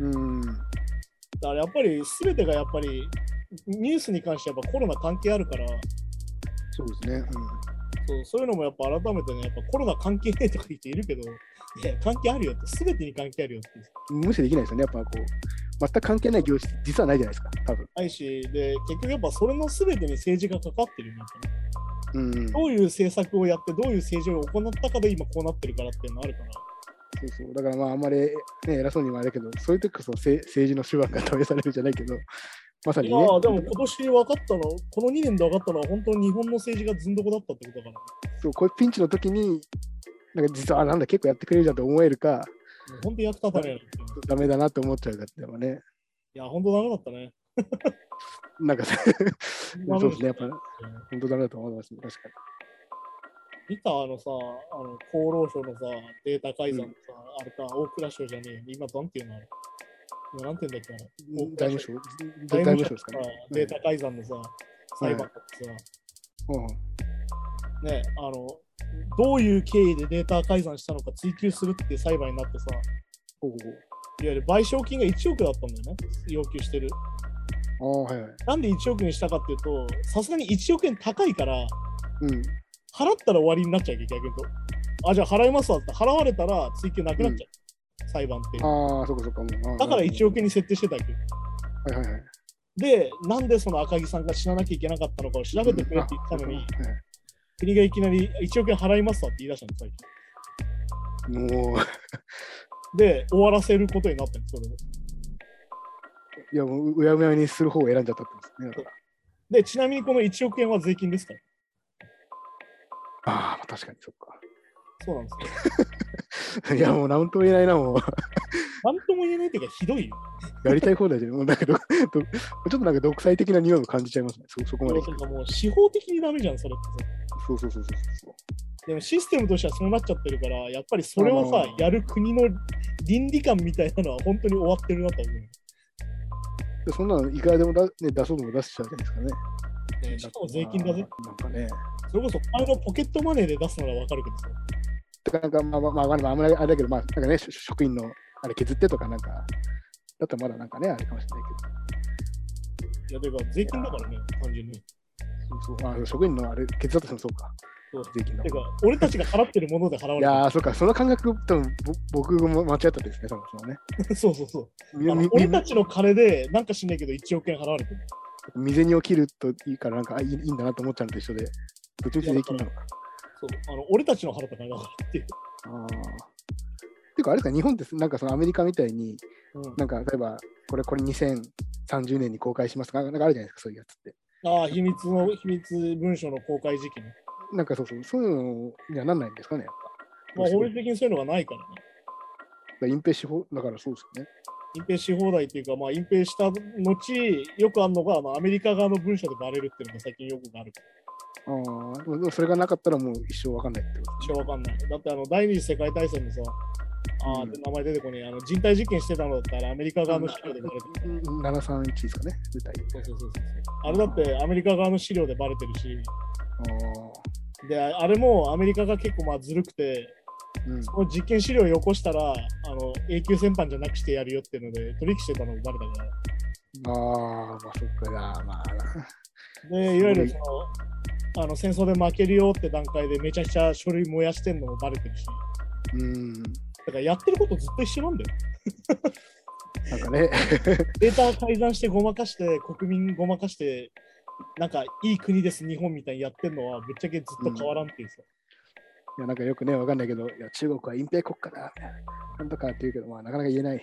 C: うん、
B: だからやっぱり、すべてがやっぱり、ニュースに関してはやっぱコロナ関係あるから、
C: そうですね。うん
B: そうそういうのもやっぱ改めてね、やっぱコロナ関係ねえとか言っているけど、いや、関係あるよって、すべてに関係あるよって。
C: 無視できないですよね、やっぱこう、全く関係ない業種って実はないじゃないですか、多分。
B: ないし、で、結局やっぱそれの全てに政治がかかってるよね。
C: うん、うん。
B: どういう政策をやって、どういう政治を行ったかで今こうなってるからっていうのあるから。
C: そうそう。だからまあ、あんまり、ね、偉そうにもあれだけど、そういう時こそせ政治の手腕が試されるじゃないけど、まさに
B: い
C: ね。
B: やーでも今年分かったのは、この2年で分かったのは、本当に日本の政治がずんどこだったってことだから。
C: そうこういうピンチの時に、なんか実は、あ、なんだ、結構やってくれるじゃんと思えるか、
B: もう本当に役立たないなっていう。
C: ダメだなと思っちゃうかっていうのはね、
B: いや、本当ダメだったね。
C: なんかそうですね、やっぱ、 本当ダメだと思いますね、確かに。
B: 見たあのさ、あの厚労省のさ、データ改ざんのさ、あれか、大蔵省じゃねえよ。今、なんていうのあれ今、なんていうんだっけあれ
C: 財務省
B: 財
C: 財
B: 務省
C: 務省ですかね
B: さ。データ改ざんのさ、裁判とかさ、
C: うん
B: ね、あの、どういう経緯でデータ改ざんしたのか追及するっていう裁判になってさ、
C: ほうほ
B: いわゆる賠償金が1億だったんだよね、要求してる。
C: うほうああ、はいはい。
B: なんで1億にしたかっていうと、さすがに1億円高いから、
C: うん。
B: 払ったら終わりになっちゃうわけ逆に言うと。あ、じゃあ払いますわって、払われたら追及なくなっちゃう、裁判っていう。
C: ああ、そっかそっか。もう
B: だから1億円
C: に。
B: に設定してたわけ。
C: はいはいはい。
B: で、なんでその赤木さんが死ななきゃいけなかったのかを調べてくれって言った のに、
C: あはい
B: 国がいきなり1億円払いますわって言い出したんです、最近。
C: もう、
B: で、終わらせることになったんです、それを
C: いや、もう、うやむやにする方を選んじゃったってことですね。だから
B: で、ちなみにこの1億円は税金ですから。
C: ああ、確かにそっ
B: そうなんですよ。
C: か。 いや、もう、なんとも言えないな、もう。
B: なんとも言えないというか、ひどいよ。
C: やりたい放題じゃん。もうなんかど、どちょっとなんか独裁的な匂いを感じちゃいますね。そそこまで来
B: そ
C: る
B: うかもう、司法的にダメじゃん、それってさ。
C: そうそうそうそうそう。
B: でもシステムとしてはそうなっちゃってるから、やっぱりそれを
C: まあ
B: さ
C: まあ、
B: やる国の倫理観みたいなのは本当に終わってるなと思う。
C: でそんなのいくらでもだ、ね、出そうとも出しちゃうじゃないですかね。
B: ねしかも税金だぜ。
C: なんかね。
B: それこそお前のポケットマネーで出すならわかるけどさ。
C: てかなんか、まあまあ、まあ、まあまあ、あんまりあれだけど、まあ、なんかね、し職員のあれ削ってとかなんか、だったらまだなんかね、あれかもしれないけど。
B: いや、てか税金だからね、単純に。
C: そうそうまあ、職員のあれ削ったとしてもそうか。
B: そう
C: 税金だ
B: てか、俺たちが払ってるもので払わ
C: い
B: れ
C: やー、そうか、その感覚、多分ぼ僕も間違ったですね、そもそもね。
B: てる。 そうそうそう。
C: み
B: あの
C: み
B: 俺たちの金で、なんかしないけど1億円払われてる。
C: 未然に起きるといいから、なんかあいいいいんだなと思っちゃうのと一緒で、どっちみち税金なのか。
B: そうあの俺たちの払った金だからっていう。
C: ああ。てか、あれか、日本ってす、なんかそのアメリカみたいに、
B: うん
C: なんか例えば、これ、これ2030年に公開しますとか、なんかあるじゃないですか、そういうやつって。
B: ああ、秘密の、秘密文書の公開時期ね。
C: なんかそうそう、そういうのにはなんないんですかね、やっぱ。
B: まあ、
C: ど
B: 法
C: う
B: 律
C: しても
B: 的にそういうのがないからね。
C: 隠蔽し法、だからそうですよね。
B: 隠蔽し放題っていうか、まあ、隠蔽した後、よくあるのが、まあ、アメリカ側の文書でバレるっていうのが最近よくあるから、
C: ああ、でもでもそれがなかったらもう一生わかんないってこと
B: 一応わかんない。だって、あの、第二次世界大戦のさ、あー
C: うん
B: 名前出てこねえ、あの人体実験してたのだったら、アメリカ側の資料でバレてる。
C: うん731ですかね、舞台。
B: そうそうそうそうあれだって、アメリカ側の資料でバレてるし、
C: あ
B: で、あれもアメリカが結構まあずるくて、
C: あ、うん。
B: この実験資料をよこしたら、あの永久戦犯じゃなくしてやるよっていうので、取引してたのもバレたから。
C: ああ、まあそっかな、まあ な。
B: で、いわゆるその、あの戦争で負けるよって段階でめちゃくちゃ書類燃やしてんのもバレてるし、
C: うん。
B: だからやってることずっと一緒なんだよ。
C: なんかね、
B: データ改ざんしてごまかして、国民ごまかして、なんかいい国です、日本みたいにやってるのはぶっちゃけずっと変わらんっていうさ。
C: いやなんかよくね、わかんないけど、いや中国は隠蔽国家だ、みたいななんとかって言うけど、まあなかなか言えない。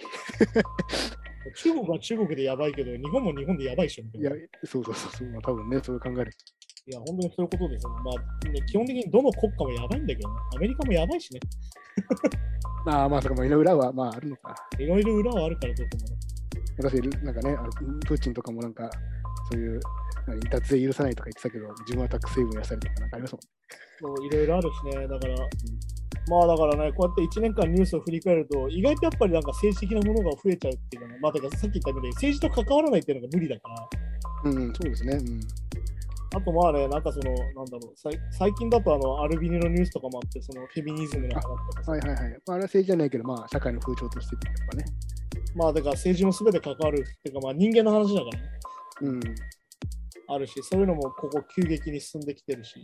B: 中国は中国でやばいけど、日本も日本でやばいっしょみたい
C: いや
B: な。い、
C: そうそうそうそう、まあ多分ね、そう考える。
B: や、本当にそういうことですよ。まあ、ね基本的にどの国家もやばいんだけどね、アメリカもやばいしね。
C: ああ、まあそっか、まあ、いろいろ裏は、まああるのか。
B: いろいろ裏はあるからどうともね。
C: 確かになんかね、あのプーチンとかもなんか、そういう、何脱税許さないとか言ってたけど、自分はタックスセイブやしたりとかなんかありますもん
B: そういろいろあるしね、だから、まあだからね、こうやって1年間ニュースを振り返ると、意外とやっぱりなんか政治的なものが増えちゃうっていうかね、まあだからさっき言ったみたいに政治と関わらないっていうのが無理だから、
C: うん、そうですね。うん。
B: あとまあね、なんかその、なんだろう、さい最近だとあのアルビニのニュースとかもあって、そのフェミニズムの話とかさ
C: はいはいはい。まあ、あれは政治じゃないけど、まあ、社会の風潮としてっていうかね。
B: まあだから政治のすべて関わるっていうか、まあ人間の話だからね、
C: うん。
B: あるし、そういうのもここ急激に進んできてるし、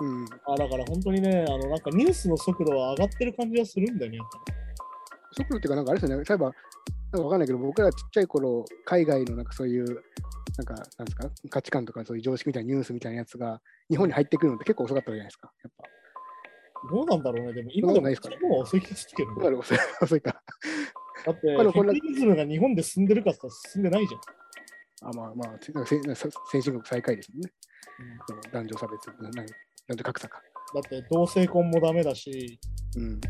C: うん。
B: まあだから本当にね、あのなんかニュースの速度は上がってる感じはするんだよね、やっぱり
C: 速度っていうか、なんかあれですよね、例えば、なんかわかんないけど、僕らちっちゃい頃、海外のなんかそういう、なんか、なんですか、価値観とかそういう常識みたいなニュースみたいなやつが、日本に入ってくるのって結構遅かったじゃないですか。やっぱ。
B: どうなんだろうね、でも今でも
C: ないです
B: こ
C: か
B: っ
C: ね
B: ちの方が遅い気がするけど
C: 今
B: ね、
C: でも遅い 遅いか。
B: だって、フ
C: まあでもこ
B: ェ
C: んな
B: ミニズムが日本で進んでるかって言ったら進んでないじゃん。
C: あまあまあ、せなんかせなんか先進国最下位ですもんね。その男女差別、ななん男女格差か。
B: だって、同性婚もダメだし、
C: うん。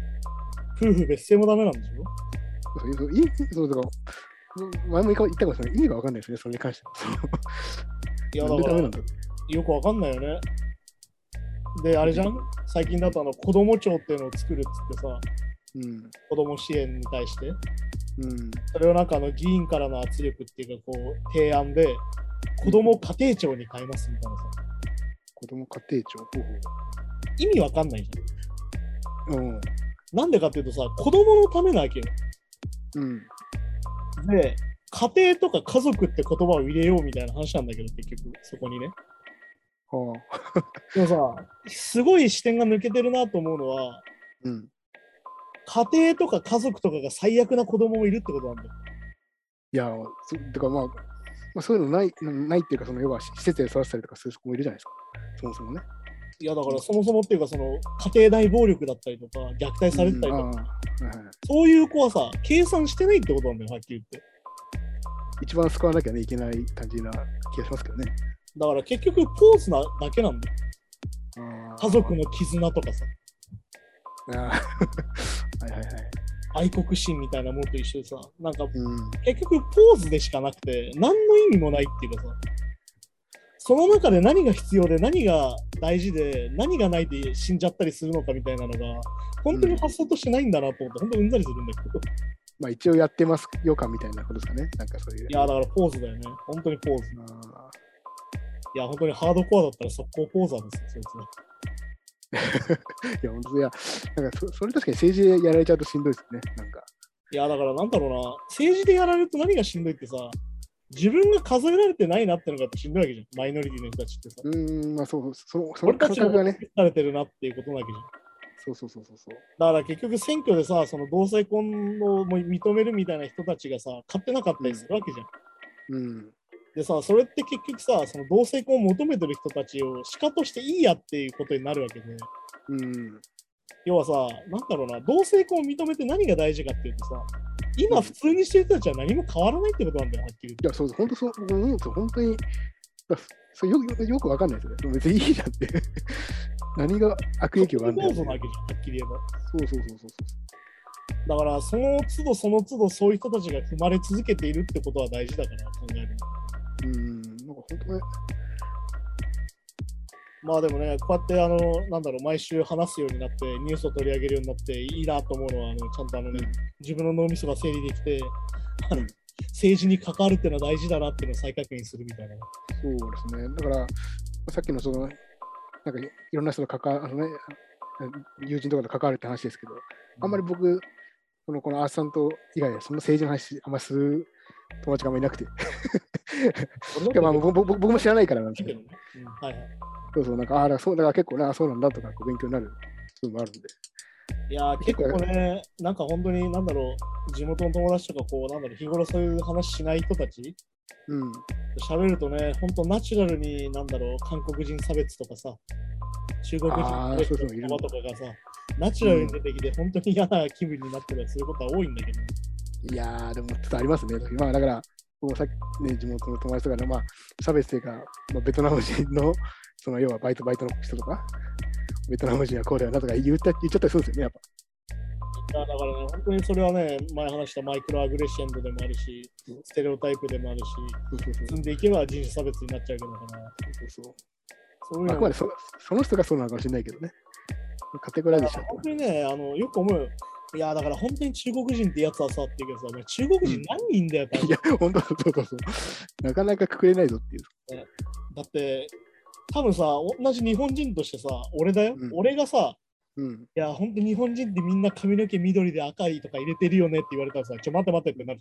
B: 夫婦別姓もダメなんでしょ
C: そうそういいそうだから前も言ったかもしれない。意味がわかんないですね、それに関しては。
B: いや、
C: な
B: だ
C: んで
B: か
C: ダ
B: ら
C: メなん、だろう
B: よくわかんないよね。で、あれじゃん最近だとあの子供庁っていうのを作るっつってさ、
C: うん。
B: 子供支援に対して、
C: うん。
B: それをなんかあの議員からの圧力っていうか、こう、提案で、子供家庭庁に変えますみたいなさ、
C: 子供家庭庁候
B: 意味わかんないじゃん。
C: 補。うん。
B: なんでかっていうとさ、子供のためなわけよ。
C: うん。
B: で、家庭とか家族って言葉を入れようみたいな話なんだけど、結局、そこにね。
C: はあ。
B: でもさ、すごい視点が抜けてるなと思うのは、
C: うん。
B: 家庭とか家族とかが最悪な子供もいるってことなんだよ。
C: いや、そてかまあ、まあ、そういうのない、ないっていうか、その要は施施設で育てたりとかする子もいるじゃないですか。そもそもね。
B: いや、だからそもそもっていうか、その家庭内暴力だったりとか、虐待されてたり
C: う
B: と
C: ん
B: か、
C: ああはいはい
B: そういう子はさ、計算してないってことなんだよ、はっきり言って。
C: 一番救わなきゃ、ね、いけない感じな気がしますけどね。
B: だから結局、ポーズなだけなんだよ。
C: ああ
B: 家族の絆とかさ、
C: ああはいはいはい。
B: 愛国心みたいなものと一緒でさ、なんか
C: うん。
B: 結局ポーズでしかなくて何の意味もないっていうかさその中で何が必要で何が大事で何がないで死んじゃったりするのかみたいなのが本当に発想としてないんだなと思って、本当にうんざりするんだけど
C: まあ、一応やってますよ感みたいなことですかね。なんかそういう。
B: いやだからポーズだよね本当にポーズい
C: ああ
B: や本当にハードコアだったら速攻ポーザーですよそいつはい
C: や、本当いや、なんかそ、それ確かに政治でやられちゃうとしんどいですね。なんか。
B: いやだからなんだろうな政治でやられると何がしんどいってさ自分が数えられてないなってのがやっぱしんどいわけじゃんマイノリティの人たちってさ
C: うーん、まあそう、その、その
B: 俺た
C: 感
B: ちも
C: 覚がね。
B: されてるなっていうことなわけじゃん
C: そうそうそうそうそう。
B: だから結局選挙でさ、その同性婚をもう認めるみたいな人たちがさ、勝ってなかったりするわけじゃん。
C: うん。
B: でさ、それって結局さ、その同性婚を求めてる人たちを鹿としていいやっていうことになるわけで、
C: うん。
B: 要はさ、なんだろうな、同性婚を認めて何が大事かっていうとさ、今普通にしてる人たちは何も変わらないってことなんだよ、はっきり
C: いや、そうです。本当そう、僕も思うんですよ。本当に、だそうよよよくわかんないですよね。別にいいじゃんって。 何が
B: 言って。
C: 悪影響があるんだよ、
B: 構造なわ
C: ね。
B: けじゃん、はっきり言えば。
C: そうそうそうそう
B: だから、その都度その都度そういう人たちが踏まれ続けているってことは大事だから、考えるの。
C: そう。うん。なんか本当ね、
B: まあでもね、こうやってあの、なんだろう、毎週話すようになって、ニュースを取り上げるようになって、いいなと思うのは、あのちゃんとあのね、
C: うん
B: 自分の脳みそが整理できて、あの
C: うん
B: 政治に関わるっていうのは大事だなっていうのを再確認するみたいな。
C: そうですね。だから、さっきのその、なんかいろんな人と関わあのね、あ友人とかと関わるって話ですけど、あんまり僕、このこのアースさんと以外でその政治の話、あんまする友達があんまりいなくて。
B: 俺だっ
C: い
B: て
C: やまあ、僕僕僕も知らないからなんです
B: だ
C: け
B: け
C: ど
B: どね。、うんはいはい。
C: そうそう、なんか、ああ、そうだから結構な、あそうなんだとか、こう勉強になる部分もあるんで。
B: いやー、結構ね、なんか本当に、なんだろう、地元の友達とか、こう、なんだろう、日頃そういう話しない人たち、
C: うん。
B: 喋るとね、本当ナチュラルに、なんだろう、韓国人差別とかさ、中国人
C: あ
B: 差
C: ー
B: 別
C: そう
B: の
C: そうい
B: 言
C: る
B: 葉とかがさ、ナチュラルに出てきて、本当に嫌な気分になったりすることは多いんだけど、
C: いやー、でもちょっとありますね。まあだから、僕もさっきね、地元の友達とかの、まあ、差別というか、まあ、ベトナム人の、その要はバイトバイトの人とか、ベトナム人はこうだよなとか言った言っちゃったりするんですよね、やっぱ。
B: いやだからね、本当にそれはね、前話したマイクロアグレッシェンドでもあるし、ステレオタイプでもあるし、
C: そうそうそう
B: 進んでいけば人種差別になっちゃうけどかな。
C: そうそう
B: そういう
C: あ
B: の
C: くまでそその人がそうなのかもしれないけどね。カテゴライズしちゃうと
B: 本当にね、あのよく思うよ。いや、だから本当に中国人ってやつはさって言うけどさ、お前中国人何人いんだよ、多分
C: いや、本当そうそうそう。なかなかくくれないぞっていう。
B: だって、多分さ、同じ日本人としてさ、俺だよ。
C: うん
B: 俺がさ、
C: うん。
B: いや、本当日本人ってみんな髪の毛緑で赤いとか入れてるよねって言われたらさ、ちょ、待って待ってってなる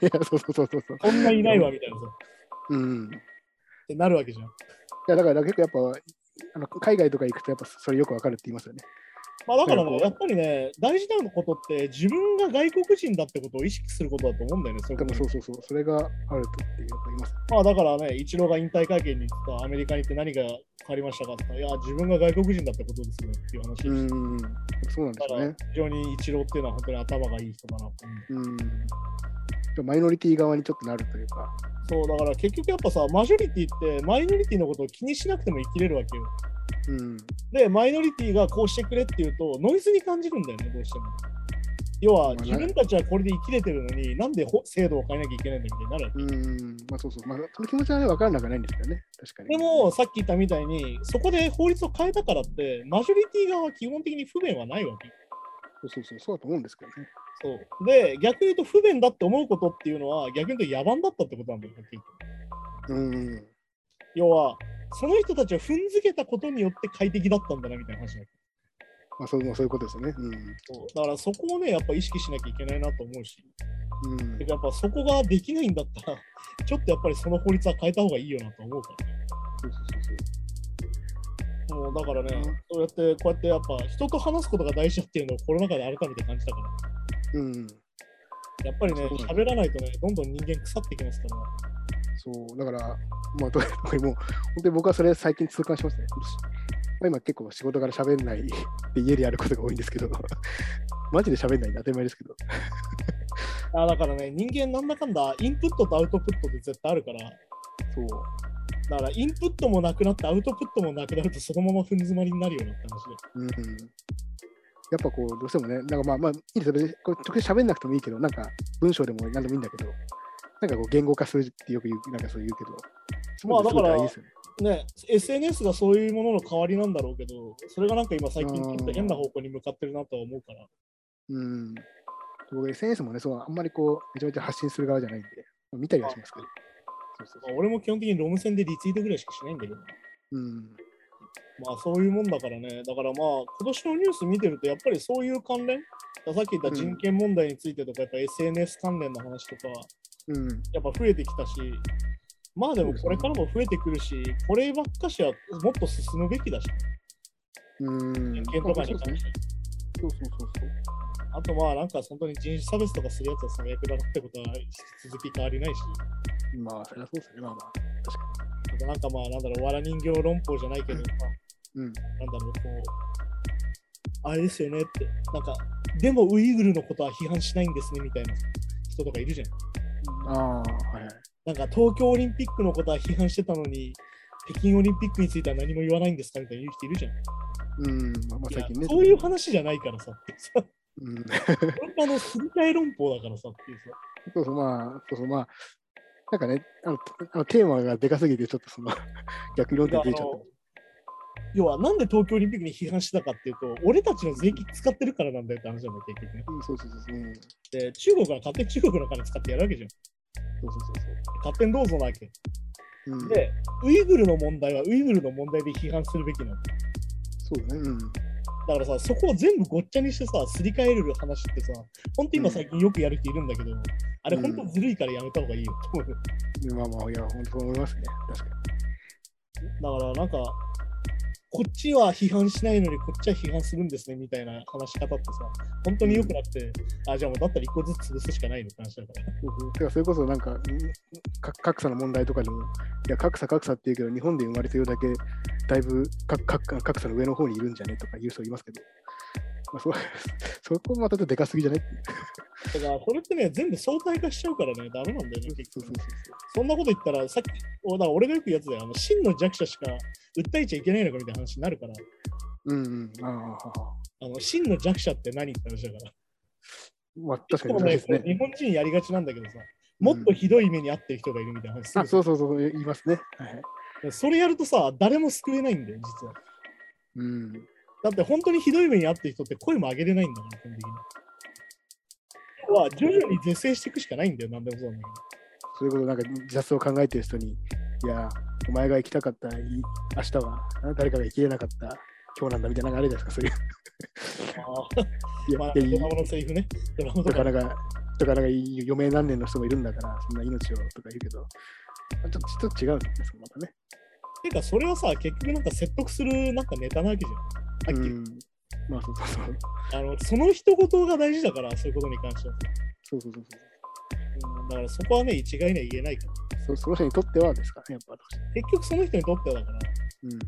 B: じ
C: いや、そうそうそうそうそう。
B: ゃん。こんないないわ、み たいなさ。っ
C: うん。
B: てなるわけじゃん。
C: いやだから結構やっぱあの海外とか行くとやっぱそれよくわかるって言いますよね。
B: まあだからね、やっぱりね、大事なことって、自分が外国人だってことを意識することだと思うんだよね、それ
C: でもそうそうそう、それがあるとっていうのがいます。
B: まあだからね、イチローが引退会見に行ったアメリカに行って何が変わりましたかって言ったら、いや、自分が外国人だってことですよねっていう話
C: う
B: でし
C: ん、そうなんで
B: た。
C: す
B: だ
C: よ
B: から
C: ね
B: 非。常にイチローっていうのは本当に頭がいい人だなと思う。
C: うん。マイノリティ側にちょっとなるというか、
B: そうだから結局やっぱさマジョリティってマイノリティのことを気にしなくても生きれるわけよ
C: うん、
B: でマイノリティがこうしてくれって言うとノイズに感じるんだよねどうしても要は
C: まあね
B: 自分たちはこれで生きれてるのになんでほ制度を変えなきゃいけないんだみたいになるわけ
C: うん、まあそうそう、まあその気持ちはね、分からなくはないんですけどね、確かに。
B: でもさっき言ったみたいにそこで法律を変えたからってマジョリティ側は基本的に不便はないわけ
C: そうそうそう、そうだと思うんですけどね。
B: そうで逆に言うと不便だって思うことっていうのは逆に言うと野蛮だったってことなんだよはっきり言って
C: うん、
B: 要はその人たちを踏んづけたことによって快適だったんだなみたいな話だ
C: まあそうそういうことですよね。うん
B: そうだからそこをね、やっぱ意識しなきゃいけないなと思うし、
C: うん
B: てかやっぱそこができないんだったら、 ちょっとやっぱりその法律は変えた方がいいよなと思うから、ね。
C: そうそうそうそう
B: もうだからね、
C: うん
B: そうやって、こうやってやっぱ人と話すことが大事だっていうのをコロナ禍で改めて感じたか
C: うん、
B: ら、やっぱりね、
C: そうだね
B: 喋らないとね、どんどん人間腐ってきますから、
C: そうだから、まあ、とにかくもう、本当に僕はそれ最近痛感しましたね。まあ、今結構仕事から喋んないで家でやることが多いんですけど、 マジで喋んないんで当たり前ですけど、
B: あだからね、人間なんだかんだ、インプットとアウトプットで絶対あるから、
C: そう、
B: だからインプットもなくなって、アウトプットもなくなると、そのまま踏ん詰まりになるようなって話で。
C: うん、やっぱこう、どうしてもね、なんかまあまあ、いいですよ、別にこう直接喋んなくてもいいけど、なんか文章でも何でもいいんだけど、なんかこう、言語化するってよく言う、なんかそう言うけど、
B: まあだから
C: そういうのがいいですよね。
B: ね、SNS がそういうものの代わりなんだろうけど、それがなんか今最近ちょっと変な方向に向かってるなとは思うから、
C: うん。僕、SNS もね、そう、あんまりこう、めちゃめちゃ発信する側じゃないんで、見たりはしますけど。そうそう
B: まあ俺も基本的にロム線でリツイートぐらいしかしないんだけど、
C: そう。うん。
B: まあそういうもんだからね、だからまあ今年のニュース見てるとやっぱりそういう関連、さっき言った人権問題についてとか、やっぱ SNS 関連の話とか、
C: うん。
B: やっぱ増えてきたし、まあでもこれからも増えてくるし、こればっかしはもっと進むべきだし、
C: うん。
B: 人権とか
C: そ
B: に
C: うです
B: 関
C: ね
B: して。
C: そうそうそうそう。
B: あとまあなんか本当に人種差別とかするやつは最悪だなってことは引き続き変わりないし。
C: まあ、そりゃそうですよね。まあまあ。
B: あとなんかまあなんだろう、わら人形論法じゃないけど、ま
C: うん。
B: あなんだろう、こう、あれですよねって、なんか、でもウイグルのことは批判しないんですねみたいな人とかいるじゃん。
C: ああ、はいはい。
B: なんか東京オリンピックのことは批判してたのに、北京オリンピックについては何も言わないんですかみたいな言う人いるじゃん。
C: うん。まあ、まあ、
B: い
C: 最
B: や
C: 近ね。
B: そういう話じゃないからさ。
C: うん。
B: 本当あの、すり替え論法だからさっていうさ。
C: そうそう、まあ、そうそう、まあ、なんかね、あの、あのテーマがでかすぎて、ちょっとその、 逆論点
B: あ
C: 出ちゃっ
B: の要はなんで東京オリンピックに批判してたかっていうと、俺たちの税金使ってるからなんだよって話なんだよ、結局ね。
C: た。うん、そうそうそうそう。うん
B: で、中国は勝手に中国の金使ってやるわけじゃん。
C: そうそうそう
B: 勝手にどうぞなわけ。
C: そう。うん、
B: で、ウイグルの問題はウイグルの問題で批判するべきなの。だ
C: そうだね。うん。
B: からさ、そこを全部ごっちゃにしてさ、すり替える話ってさ、本当今最近よくやる人いるんだけど、あれ本当ずるいからやめた方がいいよと思う。
C: でまあまあ、いや、本当そう思いますね。確かに。
B: だからなんか、こっちは批判しないのにこっちは批判するんですねみたいな話し方ってさ、本当に良くなくて、あ、じゃあもうだったら一個ずつ潰すしかないのって話だから。
C: そうそうてかそれこそなんかんか格差の問題とかでもいや格差格差って言うけど日本で生まれてるだけだいぶか格格差の上の方にいるんじゃねとか言う人いますけど、まあ、そ そこまたちょっとでかすぎじゃないっていう
B: だからこれってね、全部相対化しちゃうからね、ダメなんだよね、結
C: そうそ
B: 局
C: う。
B: そんなこと言ったら、さっき、おだから俺がよく言うやつだよ、あの真の弱者しか訴えちゃいけないのかみたいな話になるから、
C: そううんうんああ
B: あの真の弱者って何って話だから。
C: まあ確か
B: 結構
C: に難しい
B: ね
C: ですね
B: 日本人やりがちなんだけどさ、もっとひどい目に遭ってる人がいるみたいな話す
C: あ
B: る
C: そうそうそう言いますねはいはい
B: それやるとさ、誰も救えないんだよ、実は。
C: うん
B: だって本当にひどい目に遭ってる人って声も上げれないんだから、基本的に。要は徐々に是正していくしかないんだよ、なんでもそうなんだ
C: それこそなんか自殺を考えてる人にいやお前が行きたかったい明日はあ誰かが生きれなかった今日なんだみたいなのがあるじゃないですかそういう
B: けど。あー
C: いや
B: まあ、
C: いやい
B: ド
C: い
B: ラマのセリフね。ドラマと
C: と
B: か
C: かなんか、とかなんかい余命何年の人もいるんだから、そんな命をとか言うけど、まあちょっとちょっと違うんですよね、それま
B: てか、それはさ、結局なんか説得するなんかネタなわけじゃん。さ
C: た
B: っ
C: ね。
B: き
C: うんまあそうそうそう。
B: あのその一言が大事だから、そういうことに関しては。
C: そうそうそう
B: うん、だからそこはね、一概には言えないから。
C: そう。そその人にとってはですからね、やっぱ。
B: 結局その人にとってはだから、
C: うん。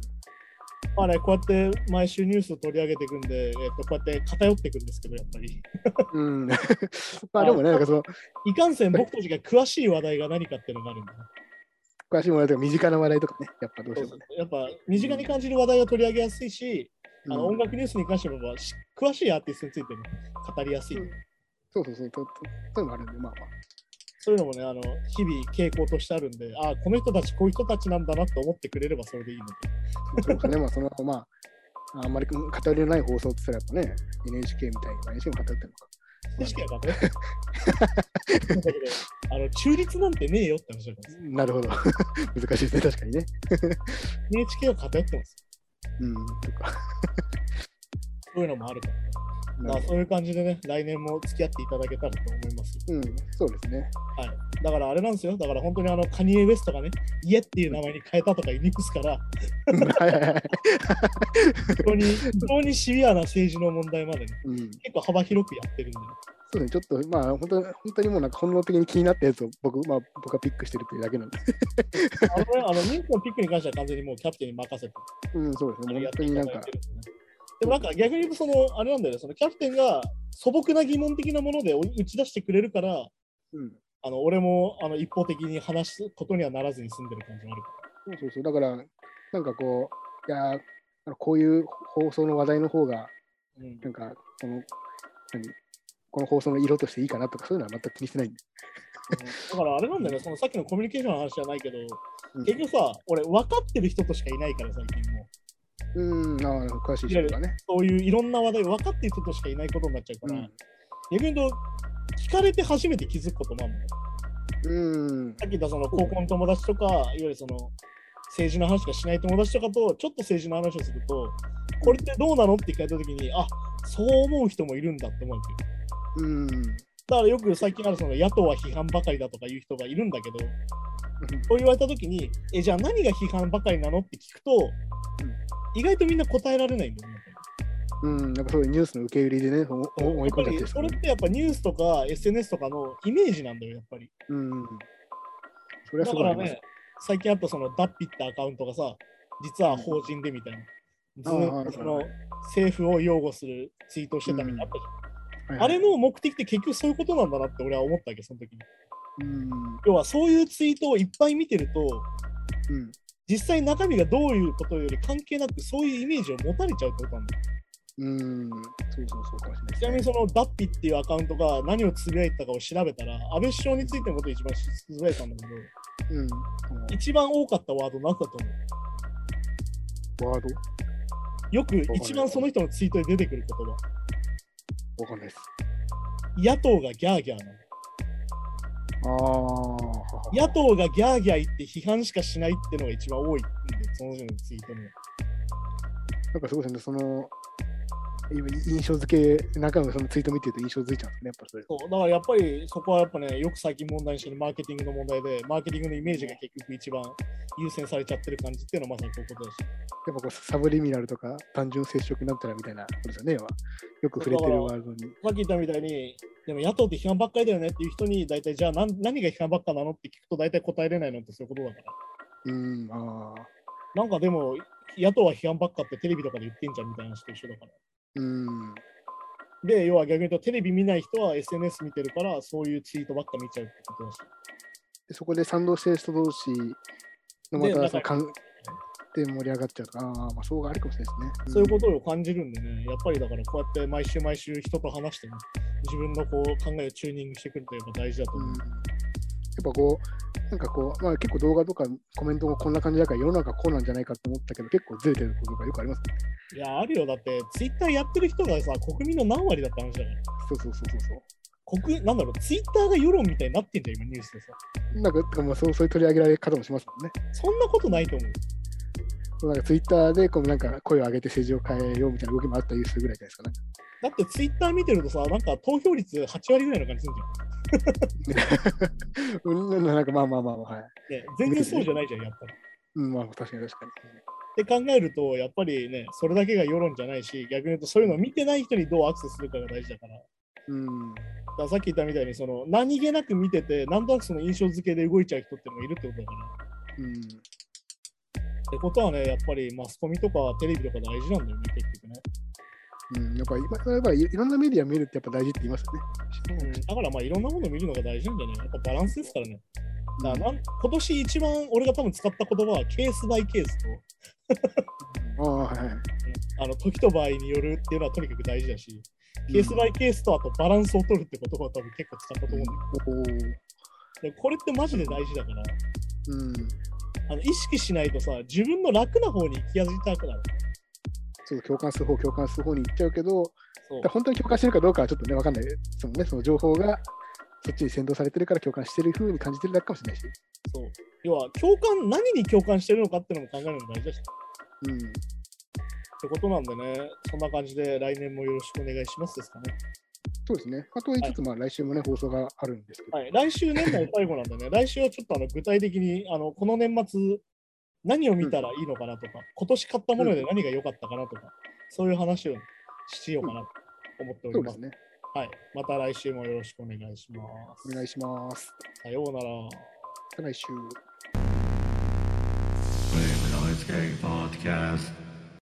B: まあね、こうやって毎週ニュースを取り上げていくんで、えっと、こうやって偏っていくんですけど、やっぱり。
C: うん、 まあでもね、なんかその、
B: いかんせん僕たちが詳しい話題が何かっていうのがあるんだね。
C: 詳しいものとか身近な話題とかね、やっぱどうしてもね。
B: やっぱ身近に感じる話題を取り上げやすいし、あの
C: うん
B: 音楽ニュースに関してもやっぱし詳しいアーティストについても語りやすい。
C: うんそうそうそう、ととそういうのもあるんで、まあまあ。
B: そういうのもね、あの日々傾向としてあるんで、ああ、この人たち、こういう人たちなんだなと思ってくれればそれでいいので。
C: そうですね、まあその、まあ、あんまり偏りのない放送って言ったらやっぱね、NHK みたいに、まあ NHK も偏ってるのか。
B: でしかやば ね。だけど、あの中立なんてねえよって話だから、
C: なるほど。 難しいですね、確かにね。
B: NHK は偏ってます。
C: うん、とか。
B: そういうのもあるから。ま
C: な
B: あ、
C: るほ
B: そういう感じでね、来年も付き合っていただけたらと思います。
C: どうん、そうです ね。
B: はい。だからあれなんですよ。だから本当にあの、カニエ・ウエストがね、家っていう名前に変えたとかいうニュースから、
C: はいはいはい。
B: 非常に、非常にシビアな政治の問題までね、
C: うん
B: 結構幅広くやってるんでね、
C: そうですね、ちょっと、まあ、本当に、本当にもうなんか本能的に気になったやつを僕、まあ、僕はピックしてるというだけなんで。
B: あのね、あの、ニュースのピックに関しては完全にもうキャプテンに任せて、
C: うん、そうですね。もう
B: やっ
C: 本当
B: てい
C: に
B: た
C: なん
B: だい
C: か
B: て、るんでね。でもなんか逆に言うと、その、あれなんだよね、そのキャプテンが素朴な疑問的なもので打ち出してくれるから、
C: うん。
B: あの俺もあの一方的に話すことにはならずに済んでる感じがあるか
C: そうそうそう。だから、なんかこう、いやー、あのこういう放送の話題の方が、
B: ら。うん
C: なんか、この、何この放送の色としていいかなとか、そういうのは全く気にしてないんで。
B: だからあれなんだよね、そのさっきのコミュニケーションの話じゃないけど、
C: うん
B: 結局さ、俺、分かってる人としかいないから、最近もう。
C: うん、ああ、詳しい人とかね。
B: そういういろんな話題、分かってる人としかいないことになっちゃう
C: う
B: から、
C: ん。
B: 逆に言うと、聞かれて初めて気づくこともあるのよ
C: うん。
B: さっき言ったその高校の友達とか、いわゆるその政治の話しかしない友達とかと、ちょっと政治の話をすると、これってどうなのって聞かれたときに、あそう思う人もいるんだって思うわけよ
C: うん。
B: だからよく最近あるその野党は批判ばかりだとかいう人がいるんだけど、そう言われたときに、え、じゃあ何が批判ばかりなのって聞くと、意外とみんな答えられないんだよね。
C: うん、なんかそういうニュースの受け売りでね、おお思い
B: やっぱ
C: 込んじゃっ
B: り
C: て
B: それってやっぱニュースとか SNS とかのイメージなんだよ、やっぱり。
C: うん。それ
B: だか
C: はすごいあ
B: ら
C: ります。
B: ね、最近あったそのダッピってアカウントがさ、実は法人でみたいな。ずーっとその
C: あー
B: 政府を擁護するツイートしてたみたいなのあったじ
C: はい
B: ゃん。あ
C: はい
B: れの目的って結局そういうことなんだなって俺は思ったわけ、その時に。
C: うん。
B: 要はそういうツイートをいっぱい見てると、
C: うん。
B: 実際中身がどういうことより関係なくそういうイメージを持たれちゃうってことなんだよ
C: うん。そうそうそうかもしれないですね。
B: ちなみにそのダッピっていうアカウントが何をつぶやいたかを調べたら安倍首相についてのことを一番つぶやいたんだけど
C: うん。
B: 一番多かったワード何だと思う
C: ワード
B: よく一番その人のツイートで出てくる言葉
C: わかんないです。
B: 野党がギャーギャーなの
C: ああ。
B: 野党がギャーギャー言って批判しかしないってのが一番多いんでその人のツイートには
C: なんかすごいですね、その、今印象付け、中のそのツイート見てると印象付いちゃうんですね、やっぱそれ。
B: そうだからやっぱりそこはやっぱねよく最近問題にしてるマーケティングの問題でマーケティングのイメージが結局一番優先されちゃってる感じっていうのはまさにこういうことだし
C: やっぱこうサブリミナルとか単純接触なんたらみたいなことですよね、要はよく触れてるワールドに。
B: さっき言ったみたいに、でも野党って批判ばっかりだよねっていう人に、大体じゃあ何何が批判ばっかなのって聞くと大体答えれないのってそういうことだから。
C: うん、ああ。
B: なんかでも、野党は批判ばっかってテレビとかで言ってんじゃんみたいな話と一緒だから。
C: うん。
B: で、要は逆に言うとテレビ見ない人は SNS 見てるから、そういうツイートばっか見ちゃうってことだし。
C: でそこで賛同してる人同士のま
B: で
C: たその
B: 仲
C: 関で盛り上がっちゃうとか、ああ、まあそうがあるかもしれないですね。
B: そういうことを感じるんでね、やっぱりだからこうやって毎週毎週人と話してね、自分のこう考えをチューニングしてくるとやっぱ大事だと
C: う
B: 思う。
C: ん。やっぱこう、なんかこう、まあ結構動画とかコメントもこんな感じだから世の中こうなんじゃないかと思ったけど、結構ずれてることがよくあります
B: い
C: ね。
B: や、あるよ。だって、ツイッターやってる人がさ、国民の何割だった話だから。
C: そうそうそうそうそう。
B: 国、なんだろう、ツイッターが世論みたいになってんじゃん、今ニュースでさ。
C: なんか、てかまあそうそういう取り上げられ方もしますもんね。
B: そんなことないと思う。
C: そうなんかツイッターでこうなんか声を上げて政治を変えようみたいな動きもあったりするぐらいじゃない
B: だってツイッター見てるとさ、なんか投票率8割ぐらいの感じする
C: ですかね。うんなんかまあまあまあまあ、はい。
B: じゃん。ね、全然そうじゃないじゃん、やっぱり。
C: うん、まあ確かに確かに。
B: って考えると、やっぱりね、それだけが世論じゃないし、逆に言うと、そういうのを見てない人にどうアクセスするかが大事だから、だ
C: うん。
B: からさっき言ったみたいに、その何気なく見てて、なんとなくその印象付けで動いちゃう人っていうのがいるってことだから。
C: うん。
B: ってことはね、やっぱりマスコミとかテレビとか大事なんだよね、結局ね。
C: うん、やっぱ今、やっぱいいろんなメディア見るってやっぱ大事って言いますよね。
B: うん、だからまあいろんなものを見るのが大事なんじゃないやっぱバランスですからね。だから
C: あ
B: なん今年一番俺が多分使った言葉はケースバイケースと、
C: あ、はいはい。
B: あの時と場合によるっていうのはとにかく大事だし、ケースバイケースとあとバランスを取るって言葉を多分結構使ったと思うんだ
C: うんおー
B: けど、でこれってマジで大事だから、
C: うん。
B: あの意識しないとさ、自分の楽な方に行き味たくなる。
C: そう、共感する方、共感する方に行っちゃうけど、
B: そう
C: 本当に共感してるかどうかはちょっとね、わかんないですもんね。その情報がそっちに先導されてるから共感してる風に感じてるだけかもしれないし。
B: そう要は共感、何に共感してるのかっていうのも考えるのが大事だし。
C: うん。
B: ってことなんでね、そんな感じで来年もよろしくお願いしますですかね。
C: そうですね。あと、ちょっとまあ来週もね、放送があるんですけど。
B: はい、来週年内最後なんでね、来週はちょっとあの具体的にあのこの年末何を見たらいいのかなとか、今年買ったもので何が良かったかなとか、そういう話をしようかなと思ってお
C: そ
B: り
C: うで
B: ます。
C: すね。
B: はい、また来週もよろしくお願いしま
C: お
B: す。
C: 願いします。
B: さようなら。
C: また来週。
A: Flame Noise Gang Podcast.